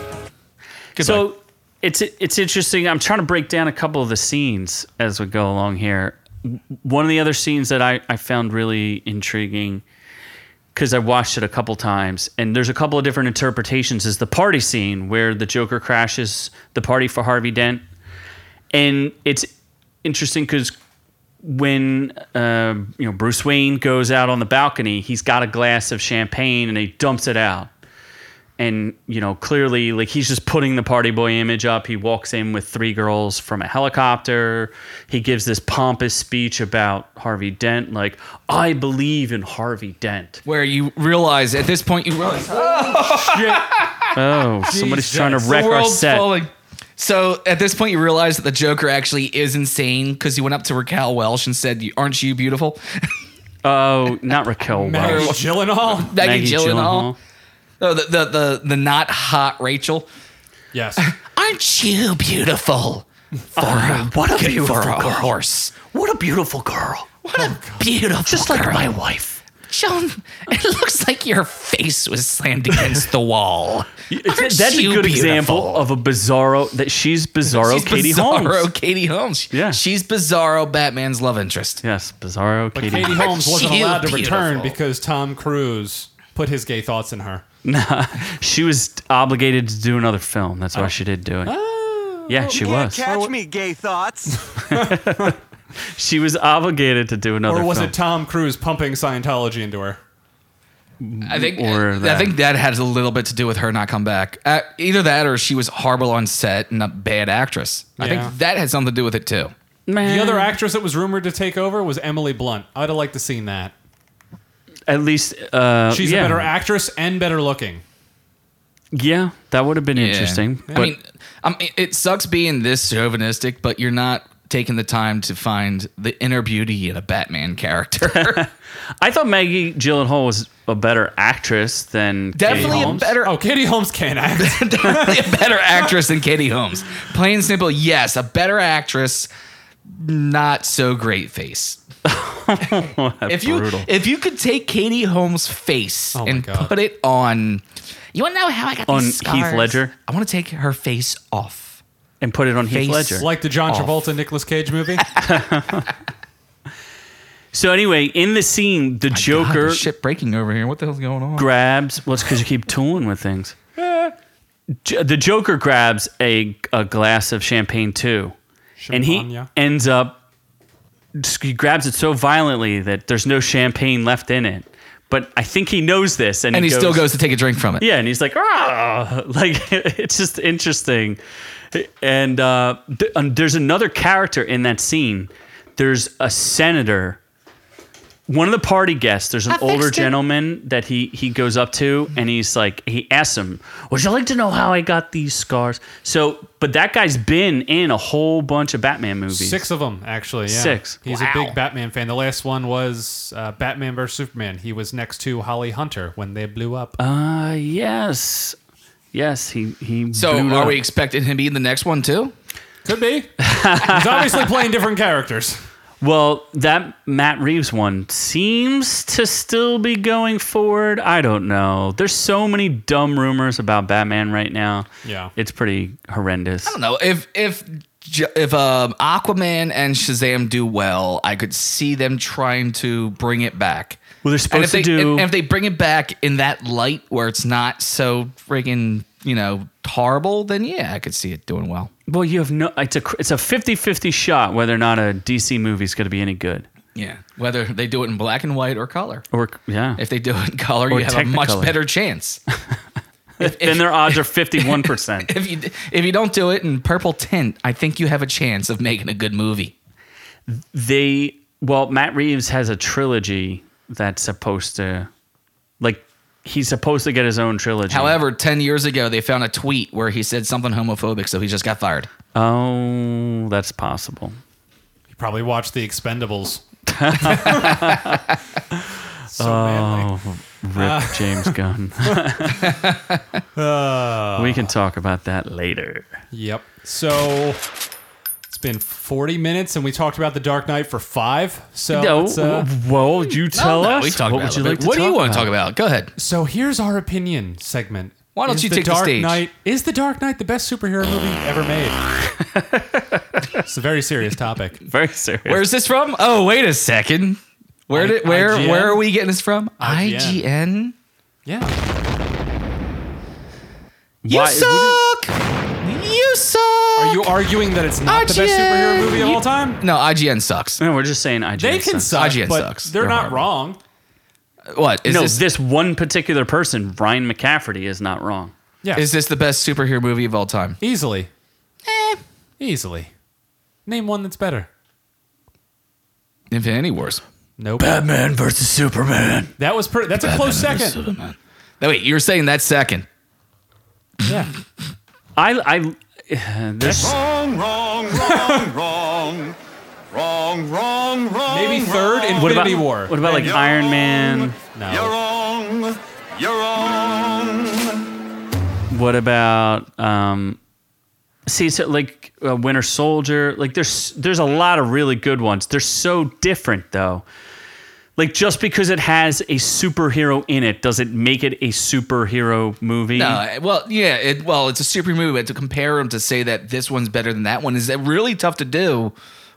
S1: so it's it's interesting. I'm trying to break down a couple of the scenes as we go along here. W- One of the other scenes that I, I found really intriguing because I watched it a couple times, and there's a couple of different interpretations. Is the party scene where the Joker crashes the party for Harvey Dent, and it's interesting because when uh, you know Bruce Wayne goes out on the balcony, he's got a glass of champagne and he dumps it out and you know clearly like he's just putting the party boy image up he walks in with three girls from a helicopter he gives this pompous speech about harvey dent like i believe in harvey dent
S2: Where you realize at this point, you realize
S1: oh somebody's
S3: Jesus.
S1: trying to
S3: The
S1: wreck
S2: the
S1: our
S2: world's
S1: set
S2: falling. So at this point, you realize that the Joker actually is insane because he went up to Raquel Welch and said, "You- "Aren't you beautiful?"
S1: Oh, not Raquel
S3: Maggie
S1: Welch.
S3: Gyllenhaal.
S2: Maggie, Gyllenhaal. Oh, the, the the the not hot Rachel.
S3: Yes.
S2: Aren't you beautiful? For
S1: Oh,
S2: a, what a beautiful for a horse.
S6: What a beautiful girl.
S2: What a beautiful Just like
S6: My wife.
S2: Joan, it looks like your face was slammed against the wall.
S1: It's-
S2: Aren't
S1: that's a
S2: you
S1: good example
S2: beautiful?
S1: of a bizarro that she's bizarro
S2: She's
S1: Katie
S2: bizarro
S1: Holmes.
S2: Katie Holmes.
S1: Yeah.
S2: She's bizarro Batman's love interest.
S1: Yes, bizarro
S3: But
S1: Katie.
S3: Katie Holmes wasn't
S2: you
S3: allowed to return
S2: beautiful.
S3: because Tom Cruise put his gay thoughts in her.
S1: She was obligated to do another film. That's why she did do it. yeah, she was.
S7: Catch me, gay thoughts.
S1: She was obligated to do another
S3: Or was
S1: film.
S3: it Tom Cruise pumping Scientology into her?
S2: I think
S1: Or
S2: I
S1: that.
S2: think that has a little bit to do with her not come back. Uh, either that or she was horrible on set and a bad actress. I
S3: Yeah.
S2: think that had something to do with it too.
S1: Man.
S3: The other actress that was rumored to take over was Emily Blunt. I'd have liked to seen that.
S1: At least. Uh,
S3: She's
S1: yeah.
S3: a better actress and better looking.
S1: Yeah, that would have been interesting.
S2: I
S1: But
S2: mean, I mean, it sucks being this chauvinistic, but you're not taking the time to find the inner beauty in a Batman character.
S1: I thought Maggie Gyllenhaal was a better actress than
S2: Definitely
S1: Katie
S2: a
S1: Holmes.
S2: better,
S3: Oh, Katie Holmes can't act.
S2: definitely a better actress than Katie Holmes. Plain and simple, yes, a better actress, not so great face. if you
S1: brutal.
S2: if you could take Katie Holmes' face
S3: Oh my
S2: and
S3: God.
S2: put it on, you want to know how I got
S1: on
S2: these scars?
S1: Heath Ledger
S2: I want to take her face off.
S1: and put it on Heath
S2: Face
S1: Ledger.
S3: like the John
S2: Off.
S3: Travolta Nicolas Cage movie.
S1: So anyway, in the scene, the
S2: God,
S1: Joker
S2: there's shit breaking over here. What the hell's going on?
S1: grabs. Well, it's because you keep tooling with things. J- the Joker grabs a a glass of champagne too, and he
S3: Champagne.
S1: ends up. He grabs it so violently that there's no champagne left in it. But I think he knows this, and,
S2: and he still goes to take a drink from it.
S1: Yeah, and he's like, ah, like it's just interesting. And uh, th- um, there's another character in that scene. There's a senator, one of the party guests. There's an older gentleman that he he goes up to, and he's like, he asks him, "Would you like to know how I got these scars?" So, but that guy's been in a whole bunch of Batman movies.
S3: Six of them, actually. Yeah.
S1: Six.
S3: He's a big Batman fan. The last one was uh, Batman vs Superman. He was next to Holly Hunter when they blew up.
S1: Uh, yes, yes. He he.
S2: So
S1: blew
S2: are
S1: up.
S2: we expecting him to be in the next one too?
S3: Could be. He's obviously playing different characters.
S1: Well, that Matt Reeves one seems to still be going forward. I don't know. There's so many dumb rumors about Batman right now.
S3: Yeah.
S1: It's pretty horrendous.
S2: I don't know. If if J- if um, Aquaman and Shazam do well, I could see them trying to bring it back.
S1: Well, they're
S2: And
S1: supposed
S2: if they
S1: to do.
S2: and if they bring it back in that light where it's not so friggin' you know horrible, then yeah, I could see it doing well.
S1: well, you have no. It's a cr- it's a 50 50 shot whether or not a DC movie's going to be any good.
S2: Yeah, whether they do it in black and white or color.
S1: Or yeah.
S2: If they do it in color, you have a much
S1: Technicolor.
S2: better chance.
S1: then their odds are 51 percent.
S2: if you if you don't do it in purple tint, I think you have a chance of making a good movie.
S1: they well matt reeves has a trilogy that's supposed to like he's supposed to get his own trilogy
S2: However, 10 years ago, they found a tweet where he said something homophobic, so he just got fired.
S1: oh that's possible
S3: He probably watched The Expendables. so manly.
S1: Oh, rip james gunn we can talk about that later
S3: Yep. So it's been 40 minutes, and we talked about The Dark Knight for five. So it's, uh,
S1: well you tell
S2: Oh, No, no,
S1: us
S2: we talked
S1: what would
S2: about it.
S1: you like to
S2: What do
S1: talk
S2: you want
S1: about?
S2: to talk about? Go ahead.
S3: so here's our opinion segment.
S2: Why don't
S3: Is
S2: you take the
S3: Dark
S2: stage?
S3: Knight is the Dark Knight the best superhero movie ever made? it's a very serious topic.
S1: very serious
S2: Where's this from? Oh, wait a second. Where did where
S3: IGN?
S2: where are we getting this from?
S3: IGN.
S2: IGN.
S3: Yeah.
S2: You
S1: Why-
S2: suck. You suck.
S3: Are you arguing that it's not the best
S2: IGN.
S3: superhero movie of all time?
S2: No, IGN sucks.
S1: no we're just saying IGN
S3: They can
S1: sucks.
S3: suck,
S2: IGN
S3: but
S2: sucks.
S3: they're,
S2: They're
S3: not
S2: horrible.
S3: wrong.
S2: What is
S1: no
S2: this,
S1: this, one particular person ryan mccafferty is not wrong
S3: Yeah.
S2: Is this the best superhero movie of all time?
S3: Easily.
S2: Eh.
S3: Easily. Name one that's better.
S2: Infinity Wars.
S3: Nope. Batman versus Superman. That was pretty. That's a close second.
S2: No, wait. You're saying that second.
S3: Yeah.
S1: i i there's
S4: Wrong, wrong, wrong, wrong. Wrong, wrong, wrong.
S3: Maybe third
S4: wrong.
S3: in
S1: What about
S3: Infinity War.
S1: What about like
S4: Yo.
S1: Iron Man?
S4: You're
S3: No.
S4: wrong. You're wrong.
S1: What about um? See, so like uh, Winter Soldier. Like there's there's a lot of really good ones. They're so different though. Like just because it has a superhero in it, does it make it a superhero movie?
S2: No, well, yeah, it, well, it's a super movie, but to compare them to say that this one's better than that one is really tough to do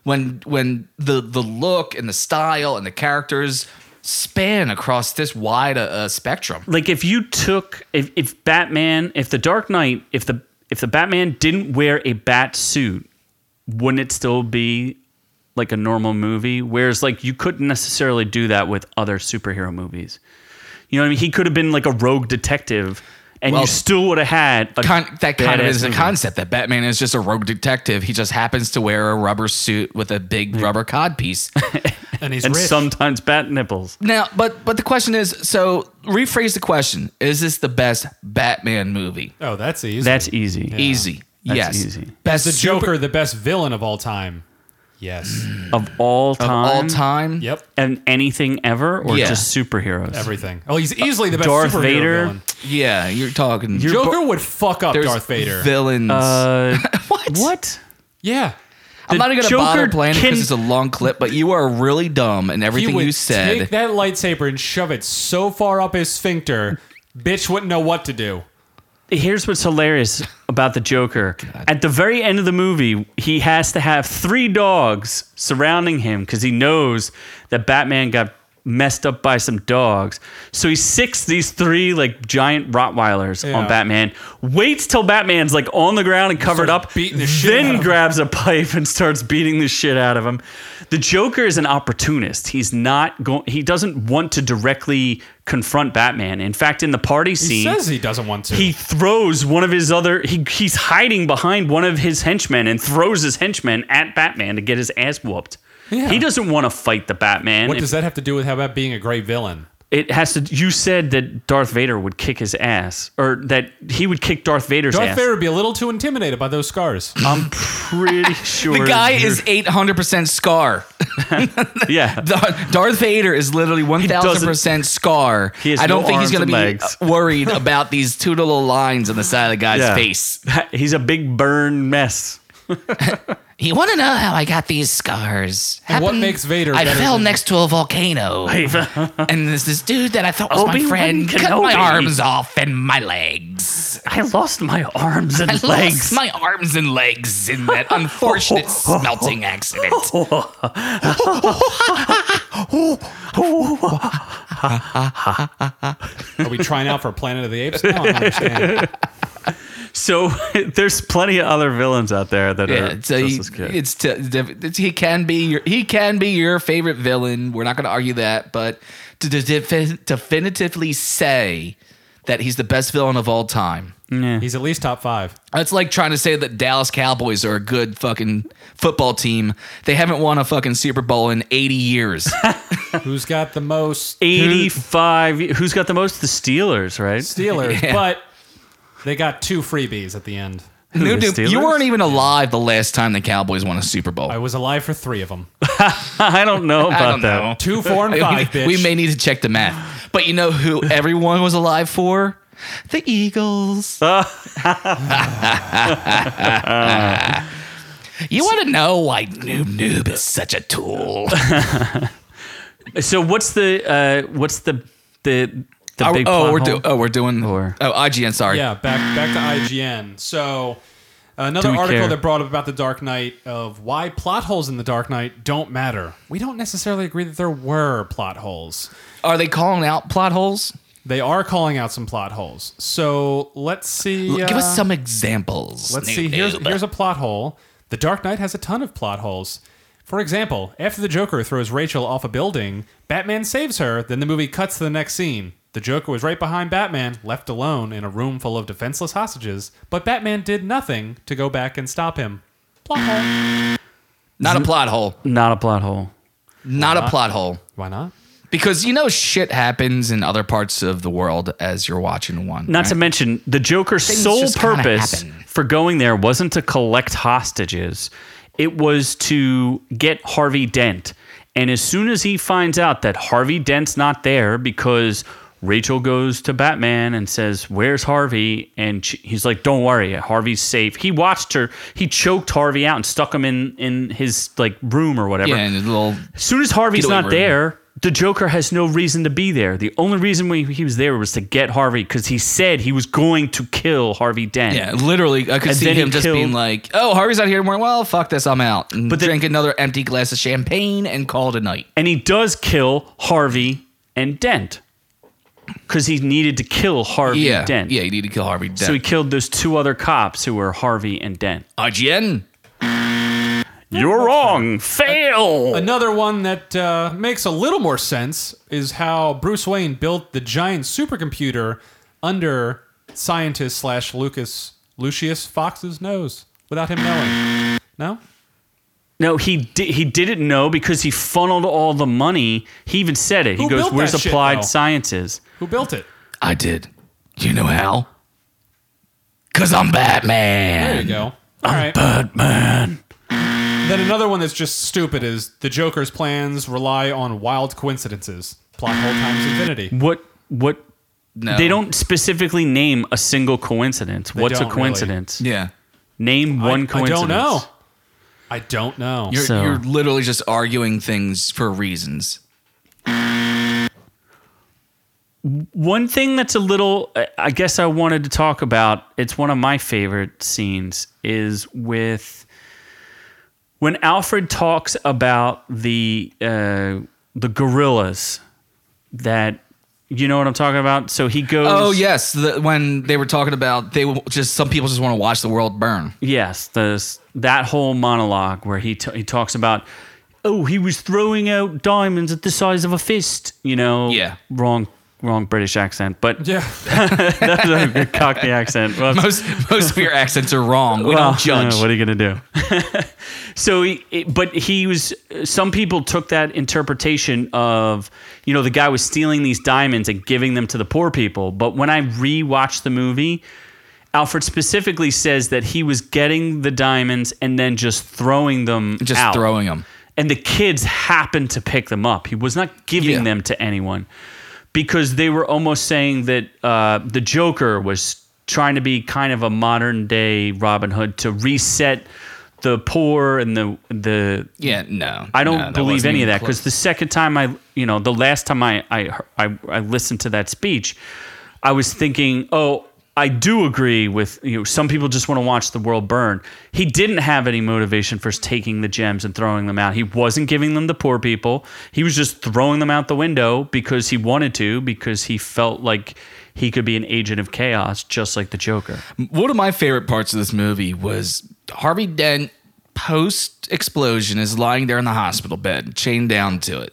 S2: when when the the look and the style and the characters span across this wide a, a spectrum.
S1: like if you took if, if Batman if the Dark Knight if the if the Batman didn't wear a bat suit, wouldn't it still be like a normal movie? Whereas like you couldn't necessarily do that with other superhero movies. You know what I mean? He could have been like a rogue detective and
S2: Well,
S1: you still would have had a
S2: Con- that kind of
S1: badass
S2: is the
S1: movie.
S2: concept that Batman is just a rogue detective. He just happens to wear a rubber suit with a big rubber cod piece.
S3: And he's
S1: And
S3: rich.
S1: sometimes bat nipples.
S2: now, but but the question is, so rephrase the question: Is this the best Batman movie?
S3: oh, that's easy.
S1: That's easy.
S2: Easy,
S1: That's
S2: yes.
S1: easy.
S2: Best
S3: the
S2: super-
S3: Joker, the best villain of all time. Yes.
S1: Of all
S2: of
S1: time.
S2: all time.
S3: yep.
S1: And anything ever or
S2: Yeah.
S1: just superheroes?
S3: Everything. Oh, he's easily the best
S1: Darth
S3: superhero
S1: Vader.
S3: villain.
S2: Yeah, you're talking.
S3: Joker would fuck up
S2: There's
S3: Darth Vader.
S2: Villains.
S1: Uh,
S2: what?
S1: what?
S3: yeah.
S2: I'm not even gonna
S1: Joker
S2: bother playing it
S1: can-
S2: because it's a long clip. But you are really dumb and
S3: He
S2: everything
S3: would
S2: you said.
S3: take that lightsaber and shove it so far up his sphincter, bitch wouldn't know what to do.
S1: here's what's hilarious about the Joker. At the very end of the movie, he has to have three dogs surrounding him because he knows that Batman got messed up by some dogs. So he sicks these three like giant Rottweilers
S3: Yeah.
S1: on Batman, waits till Batman's like on the ground and covered
S3: starts
S1: up,
S3: beating the shit out of
S1: then
S3: him.
S1: grabs a pipe and starts beating the shit out of him. The Joker is an opportunist. He's not going he doesn't want to directly confront Batman. In fact, in the party
S3: He
S1: scene,
S3: says he doesn't want to.
S1: he throws one of his other he, he's hiding behind one of his henchmen and throws his henchman at batman to get his ass whooped
S3: Yeah.
S1: he doesn't want to fight the batman
S3: what does that have to do with how about being a great villain?
S1: it has to you said that darth vader would kick his ass or that he would kick darth vader's
S3: Darth
S1: ass
S3: Vader would be a little too intimidated by those scars.
S1: i'm pretty sure
S2: the guy
S1: you're-
S2: is 800% Scar.
S1: yeah
S2: Dar- Darth Vader is literally 1000% Scar.
S1: He has
S2: I don't
S1: no
S2: think he's
S1: arms
S2: going to
S1: and
S2: be uh,
S1: legs.
S2: worried about these two little lines on the side of the guy's
S1: yeah.
S2: face.
S1: he's a big burn mess
S2: You want to know how I got these scars?
S3: And what
S2: Happened-
S3: makes Vader
S2: I
S3: better
S2: fell
S3: than-
S2: next to a volcano, and there's this dude that I thought was my
S1: Obi-Wan
S2: friend cut
S1: Kenobi.
S2: my arms off and my legs.
S1: i lost my arms and
S2: I
S1: legs
S2: lost my arms and legs in that unfortunate smelting accident.
S3: Are we trying out for Planet of the Apes? No, I don't understand.
S1: so there's plenty of other villains out there that
S2: Yeah,
S1: are
S2: so
S1: just
S2: he,
S1: as good.
S2: it's, t- it's he can be your he can be your favorite villain. We're not going to argue that, but to, de- defi- definitively say that he's the best villain of all time.
S3: He's at least top five.
S2: It's like trying to say that Dallas Cowboys are a good fucking football team. They haven't won a fucking Super Bowl in 80 years.
S3: Who's got the most
S1: 85 who's got the most the steelers right
S3: Steelers?
S2: Yeah.
S3: But they got two freebies at the end.
S2: New
S1: the
S2: Duke, you
S1: Steelers?
S2: weren't even alive the last time the Cowboys won a Super Bowl.
S3: I was alive for three of them.
S1: I don't know about
S2: I don't
S1: that.
S2: know.
S3: Two, four, and five, bitch.
S2: we may need to check the math. But you know who everyone was alive for? The Eagles.
S1: Ah.
S2: you want to know why Noob Noob is such a tool?
S1: So what's the uh, what's the the the
S2: oh,
S1: big
S2: oh,
S1: plot
S2: we're
S1: hole?
S2: do- oh, we're doing.
S1: Or-
S2: oh, IGN, sorry.
S3: Yeah, back back to IGN. So another
S1: Do we
S3: article
S1: care?
S3: that brought up about the Dark Knight of why plot holes in the Dark Knight don't matter. We don't necessarily agree that there were plot holes.
S2: Are they calling out plot holes?
S3: They are calling out some plot holes. So let's see.
S2: Give
S3: uh,
S2: us some examples.
S3: Let's
S2: Noob
S3: see. Here's
S2: Noob.
S3: here's a plot hole. The Dark Knight has a ton of plot holes. For example, after the Joker throws Rachel off a building, Batman saves her. Then the movie cuts to the next scene. The Joker was right behind Batman, left alone in a room full of defenseless hostages, but Batman did nothing to go back and stop him. Plot hole.
S2: not a plot hole.
S1: Not a plot hole.
S2: Not a plot hole.
S3: Why not?
S2: Because you know shit happens in other parts of the world as you're watching one.
S1: Not
S2: right?
S1: to mention the Joker's
S2: Things
S1: sole
S2: just kinda
S1: purpose
S2: happen.
S1: for going there wasn't to collect hostages. It was to get Harvey Dent. And as soon as he finds out that Harvey Dent's not there because Rachel goes to Batman and says, Where's Harvey? And she, he's like, Don't worry, Harvey's safe. He watched her, he choked Harvey out and stuck him in, in his like room or whatever.
S2: Yeah, and a little.
S1: As soon as Harvey's
S2: Get
S1: not
S2: over it.
S1: there, the Joker has no reason to be there. The only reason we, he was there was to get Harvey because he said he was going to kill Harvey Dent.
S2: Yeah, literally, I could
S1: And
S2: see
S1: then he
S2: him just
S1: killed-
S2: being like, "Oh, Harvey's out here more. Well, fuck this, I'm out." And
S1: But
S2: but
S1: then-
S2: drink another empty glass of champagne and call it a night.
S1: And he does kill Harvey and Dent because he needed to kill Harvey
S2: Yeah,
S1: and Dent.
S2: yeah, you need to kill Harvey Dent.
S1: So he killed those two other cops who were Harvey and Dent.
S2: IGN.
S1: You're wrong. Fail.
S3: Another one that uh, makes a little more sense is how Bruce Wayne built the giant supercomputer under scientist slash Lucas Lucius Fox's nose without him knowing. No,
S1: No, he di- he didn't know because he funneled all the money. He even said it. He
S3: Who
S1: goes,
S3: built
S1: "Where's
S3: that shit,
S1: applied
S3: though?"
S1: sciences?"
S3: who built it?
S2: I did. You know how? Cause I'm Batman.
S3: There you go. All right. Batman. Then another one that's just stupid is the Joker's plans rely on wild coincidences. Plot hole times infinity.
S1: What what
S2: No.
S1: They don't specifically name a single coincidence. What's a
S3: don't really.
S1: coincidence?
S2: Yeah.
S1: Name one coincidence.
S3: I don't know. I don't know.
S2: You're,
S1: So-
S2: you're literally just arguing things for reasons.
S1: One thing that's a little, I- I guess I wanted to talk about, it's one of my favorite scenes, is with when Alfred talks about the uh, the gorillas that, you know what I'm talking about? So he goes.
S2: Oh yes, the, when they were talking about they will just some people just want to watch the world burn.
S1: Yes, this that whole monologue where he t- he talks about oh he was throwing out diamonds at the size of a fist, you know.
S2: Yeah.
S1: Wrong wrong British accent, but
S3: yeah.
S1: that's a cockney accent. Well,
S2: Most most of your accents are wrong. We
S1: well,
S2: don't judge.
S1: uh, what are you going to do? so, he, it- but he was, some people took that interpretation of, you know, the guy was stealing these diamonds and giving them to the poor people. But when I rewatched the movie, Alfred specifically says that he was getting the diamonds and then just throwing them
S2: just
S1: out.
S2: throwing them.
S1: And the kids happened to pick them up. He was not giving
S2: Yeah.
S1: them to anyone because they were almost saying that uh, the Joker was trying to be kind of a modern day Robin Hood to reset the poor and the the.
S2: Yeah, no.
S1: I don't
S2: no, that
S1: believe
S2: wasn't
S1: any of
S2: even
S1: that
S2: close.
S1: because the second time I, you know, the last time I I, hear- I I listened to that speech, I was thinking, oh, I do agree with you. Know, some people just want to watch the world burn. He didn't have any motivation for taking the gems and throwing them out. He wasn't giving them to poor people. He was just throwing them out the window because he wanted to, because he felt like he could be an agent of chaos, just like the Joker.
S2: one of my favorite parts of this movie was Harvey Dent post explosion is lying there in the hospital bed, chained down to it.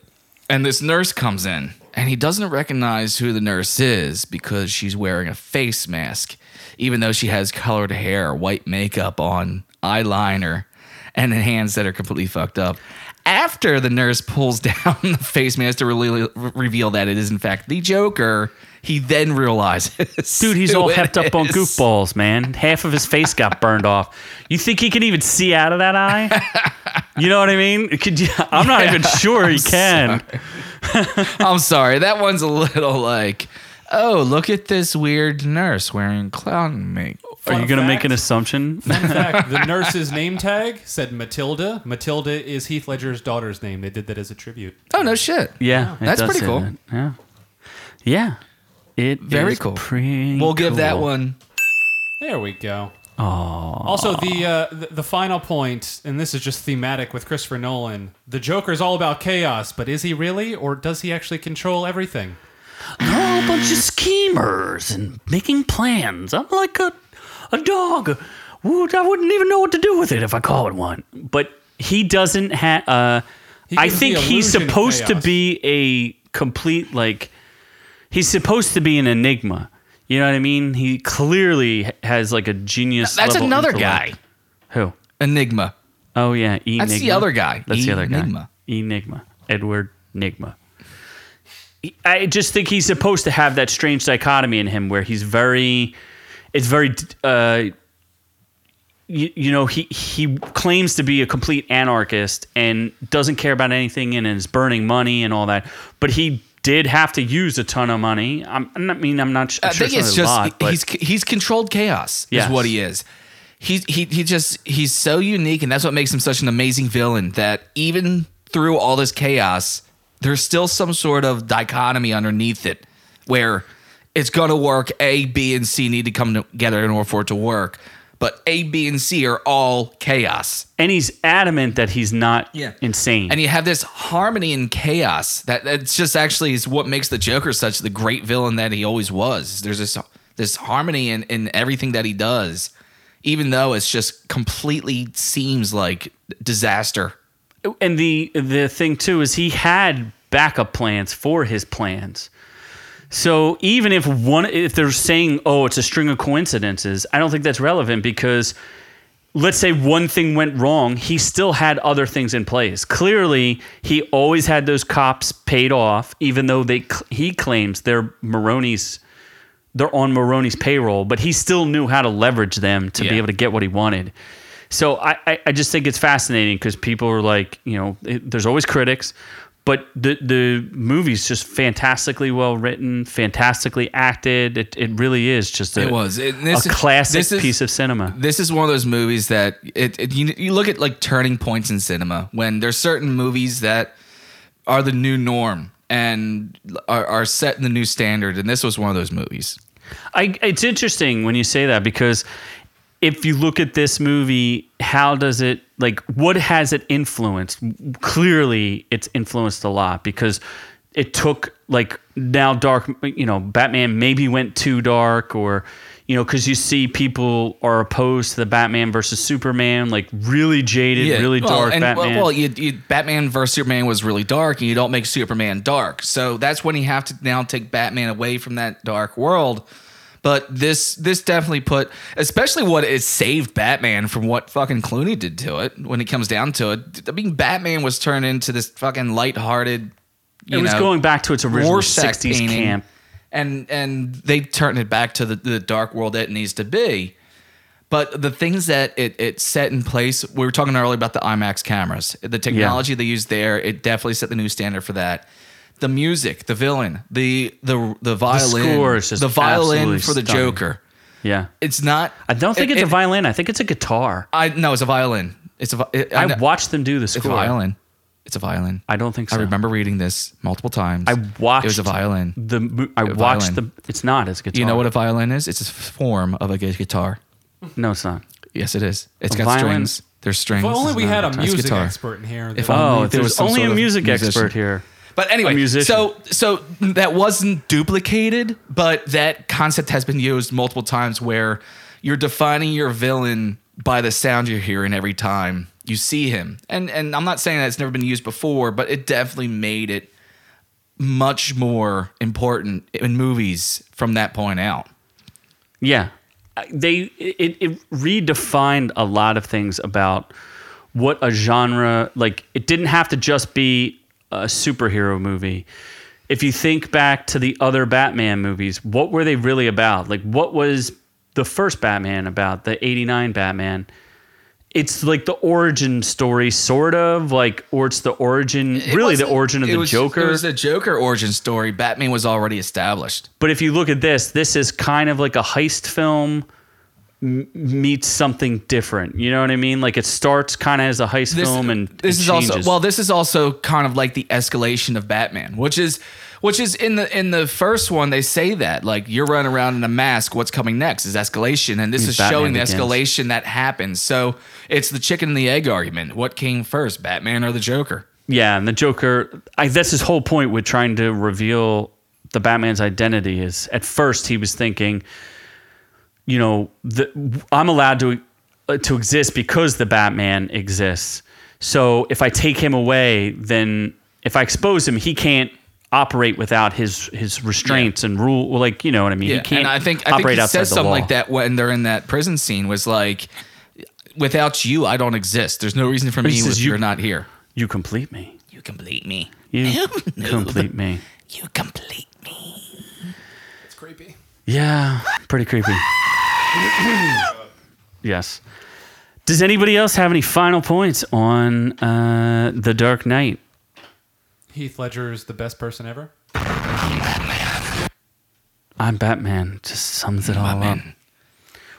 S2: And this nurse comes in and he doesn't recognize who the nurse is because she's wearing a face mask, even though she has colored hair, white makeup on, eyeliner, and hands that are completely fucked up. After the nurse pulls down the face mask to really reveal that it is in fact the Joker, he then realizes.
S1: Dude, he's
S2: who
S1: all
S2: it
S1: hepped up on
S2: is.
S1: goofballs, man. Half of his face got burned off. You think he can even see out of that eye? You know what I mean? Could you, I'm not even sure he can.
S2: I'm sorry. That one's a little like, oh, look at this weird nurse wearing clown makeup.
S1: Are you going to make an
S3: fact.
S1: assumption?
S3: In fact, the nurse's name tag said Matilda. Matilda is Heath Ledger's daughter's name. They did that as a tribute.
S2: Oh, no shit.
S1: Yeah. it
S2: That's
S1: does
S2: pretty
S1: say
S2: cool.
S1: that. Yeah. Yeah. It
S2: Very
S1: is
S2: cool.
S1: pretty
S2: We'll give that
S1: cool.
S2: one.
S3: There we go. Also, the, uh, the the final point, and this is just thematic with Christopher Nolan. The Joker is all about chaos, but is he really, or does he actually control everything?
S1: They're all a bunch of schemers and making plans. I'm like a, a dog. Would- I wouldn't even know what to do with it if I call it one. But he doesn't have. Uh, I
S3: gives the
S1: think he's
S3: illusion of
S1: supposed to
S3: chaos.
S1: be a complete like. He's supposed to be an enigma. You know what I mean? He clearly has like a genius.
S2: That's
S1: level
S2: another
S1: intellect.
S2: guy.
S1: Who?
S2: Enigma.
S1: Oh yeah, Enigma.
S2: the other guy.
S1: That's the other guy.
S2: Enigma.
S1: Enigma. E Edward Nigma. He- I just think he's supposed to have that strange dichotomy in him where he's very, it's very, uh, you, you know he he claims to be a complete anarchist and doesn't care about anything and is burning money and all that but he did have to use a ton of money I'm, i mean i'm not sh-
S2: I
S1: sure
S2: think it's
S1: not a
S2: just
S1: lot, but-
S2: he's he's controlled chaos
S1: Yes.
S2: is what he is. He he he just he's so unique and that's what makes him such an amazing villain that even through all this chaos there's still some sort of dichotomy underneath it where it's going to work A B and C need to come together in order for it to work. But A B and C are all chaos.
S1: and he's adamant that he's not
S2: Yeah.
S1: insane
S2: And you have this harmony and chaos that that's just actually is what makes the Joker such the great villain that he always was. There's this this harmony in, in everything that he does, even though it's just completely seems like disaster.
S1: and the the thing too is he had backup plans for his plans. So even if one if they're saying oh it's a string of coincidences, I don't think that's relevant because let's say one thing went wrong, he still had other things in place. Clearly, he always had those cops paid off even though they cl- he claims they're Maroney's they're on Maroney's payroll, but he still knew how to leverage them to be
S2: Yeah.
S1: able to get what he wanted. So I, I, I just think it's fascinating because people are like, you know, it, there's always critics, but the the movie's just fantastically well written, fantastically acted. It, it really is just a,
S2: It was. It-
S1: a
S2: this is-
S1: classic
S2: this is-
S1: piece of cinema.
S2: This is one of those movies that it, it you, you look at like turning points in cinema when there's certain movies that are the new norm and are, are set in the new standard, and this was one of those movies.
S1: I, it's interesting when you say that because if you look at this movie, how does it like what has it influenced? Clearly, it's influenced a lot because it took like now dark, you know, Batman maybe went too dark or you know because you see people are opposed to the Batman versus Superman, like really jaded, really
S2: well,
S1: dark
S2: and- well,
S1: Batman.
S2: Well, you, you, Batman versus Superman was really dark, and you don't make Superman dark. So that's when you have to now take Batman away from that dark world. But this this definitely put, especially what it saved Batman from what fucking Clooney did to it. When it comes down to it, I mean, Batman was turned into this fucking lighthearted. You
S1: it was
S2: know,
S1: going back to its original
S2: Rorschach
S1: '60s
S2: painting,
S1: camp.
S2: and and they turned it back to the, the dark world that it needs to be. But the things that it, it set in place, we were talking earlier about the IMAX cameras. The technology they used there, it definitely set the new standard for that. The music, the villain, the the the violin,
S1: score is just
S2: the violin
S1: absolutely
S2: for the
S1: stunning.
S2: Joker.
S1: Yeah,
S2: It's not.
S1: I don't think
S2: it-
S1: it's a
S2: it-
S1: violin. I think it's a guitar.
S2: I no, it's a violin. It's a. vi- It,
S1: I
S2: know-
S1: watched them do the
S2: It's
S1: score.
S2: a violin. It's a violin.
S1: I don't think so.
S2: I remember reading this multiple times.
S1: I watched.
S2: It was a violin.
S1: The mo- I watched the.
S2: violin.
S1: It's not. It's a guitar.
S2: You know what a violin is? It's a form of a gu- guitar.
S1: No, it's not.
S2: Yes, it is. It's
S1: A
S2: got
S1: violin?
S2: strings. There's strings.
S3: If only we had a
S2: It's
S3: music
S2: guitar.
S3: expert in here.
S2: If
S3: that-
S2: only
S1: Oh,
S2: there was
S1: there's
S2: some
S1: only
S2: sort
S1: a
S2: of
S1: music
S2: musician.
S1: expert here.
S2: But anyway,
S1: A musician.
S2: so so that wasn't duplicated, but that concept has been used multiple times where you're defining your villain by the sound you're hearing every time you see him. And and I'm not saying that it's never been used before, but it definitely made it much more important in movies from that point out.
S1: Yeah, I- they it, it redefined a lot of things about what a genre like. It didn't have to just be a superhero movie. If you think back to the other Batman movies, what were they really about? Like, what was the first Batman about? The '89 Batman. It's like the origin story, sort of like, or it's the origin,
S2: It
S1: really the
S2: wasn't-
S1: origin of
S2: it
S1: the
S2: was-
S1: Joker.
S2: It was the Joker origin story. Batman was already established.
S1: But if you look at this, this is kind of like a heist film m- meets something different. You know what I mean? Like it starts kind of as a heist film, and
S2: this
S1: it
S2: is
S1: changes.
S2: also well this is also kind of like the escalation of batman which is which is in the in the first one they say that like you're running around in a mask what's coming next is escalation and this
S1: Means
S2: is
S1: Batman
S2: showing the
S1: Begins.
S2: escalation that happens so it's the chicken and the egg argument what came first batman or the joker
S1: yeah. And the Joker, I, that's his whole point with trying to reveal the Batman's identity. Is at first he was thinking, you know, the, I'm allowed to uh, to exist because the Batman exists. So if I take him away, then if I expose him, he can't operate without his his restraints and rule. Well, like you know what I mean. he can't.
S2: and i think i think
S1: operate
S2: he
S1: outside
S2: says
S1: the
S2: something
S1: law.
S2: like that when they're in that prison scene was like without you i don't exist there's no reason for me
S1: he says
S2: if
S1: you-
S2: you're not here
S1: You complete me.
S2: you complete me
S1: You complete me.
S2: you complete me
S3: It's creepy.
S1: Yeah, pretty creepy. yes. Does anybody else have any final points on uh, The Dark Knight?
S3: Heath Ledger is the best person ever.
S1: I'm Batman. Just sums it all up.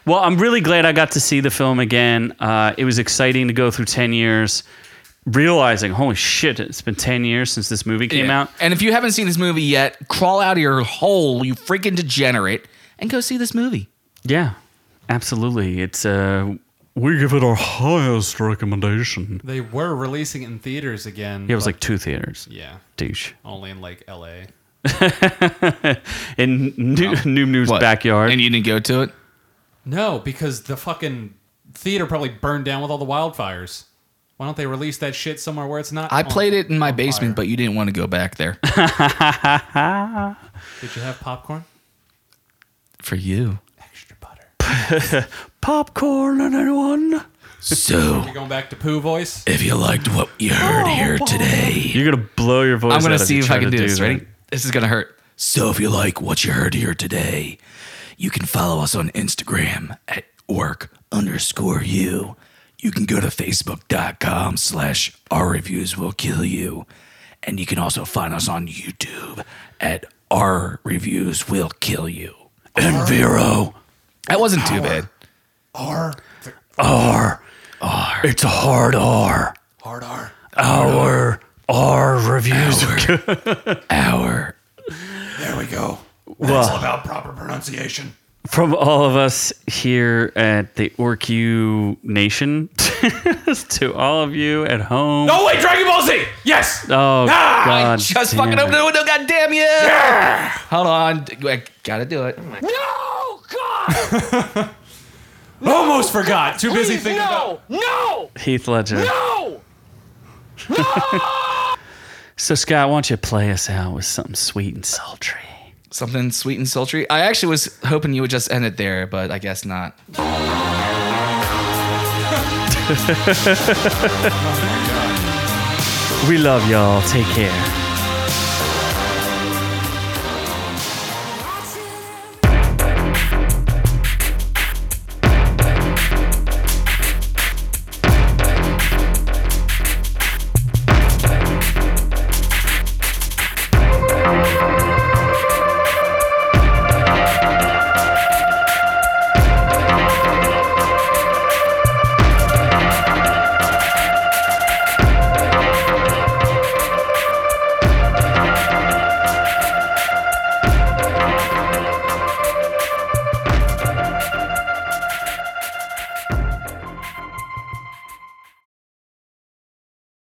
S1: Well, I'm really glad I got to see the film again. Uh, it was exciting to go through 10 years, realizing, holy shit, it's been 10 years since this movie came out.
S2: And if you haven't seen this movie yet, crawl out of your hole, you freaking degenerate, and go see this movie.
S1: Yeah, absolutely. It's uh, we give it our highest recommendation.
S3: They were releasing it in theaters again.
S1: Yeah, it was
S3: but-
S1: like two theaters.
S3: yeah,
S1: Douche.
S3: only in like L.A.
S1: In New, Noob Noob's backyard.
S2: And you didn't go to it?
S3: No, because the fucking theater probably burned down with all the wildfires. Why don't they release that shit somewhere where it's not? Oh,
S2: I
S3: on-
S2: played it in my
S3: on
S2: basement,
S3: fire?
S2: but you didn't want to go back there.
S3: did you have popcorn?
S2: For you.
S3: Extra butter.
S1: Popcorn, anyone?
S2: So,
S3: You're going back to poo voice.
S2: if you liked what you heard
S3: Oh,
S2: here today,
S1: You're gonna blow your voice.
S2: I'm
S1: out
S2: gonna see
S1: you
S2: if
S1: try
S2: I can
S1: to
S2: do this.
S1: that.
S2: Ready? This is gonna hurt. So if you like what you heard here today, you can follow us on Instagram at orc underscore you. You can go to facebook.com slash our reviews will kill you. And you can also find us on YouTube at our reviews will kill you. And Vero. That wasn't too bad.
S6: It's a hard R. Hard R. Our R reviews.
S2: Our
S1: From all of us here at the OrcU Nation, to all of you at home.
S3: Oh wait, Dragon Ball Z. Yes.
S1: Oh God!
S2: Ah, Just
S1: damn
S2: fucking
S1: it.
S2: open the window, goddamn you! Hold on, I gotta do it.
S3: Almost forgot. Too busy thinking about.
S1: Heath Ledger. No. so Scott, why don't you play us out with something sweet and sultry?
S2: Something sweet and sultry. I actually was hoping you would just end it there, but I guess not.
S1: We love y'all. Take care.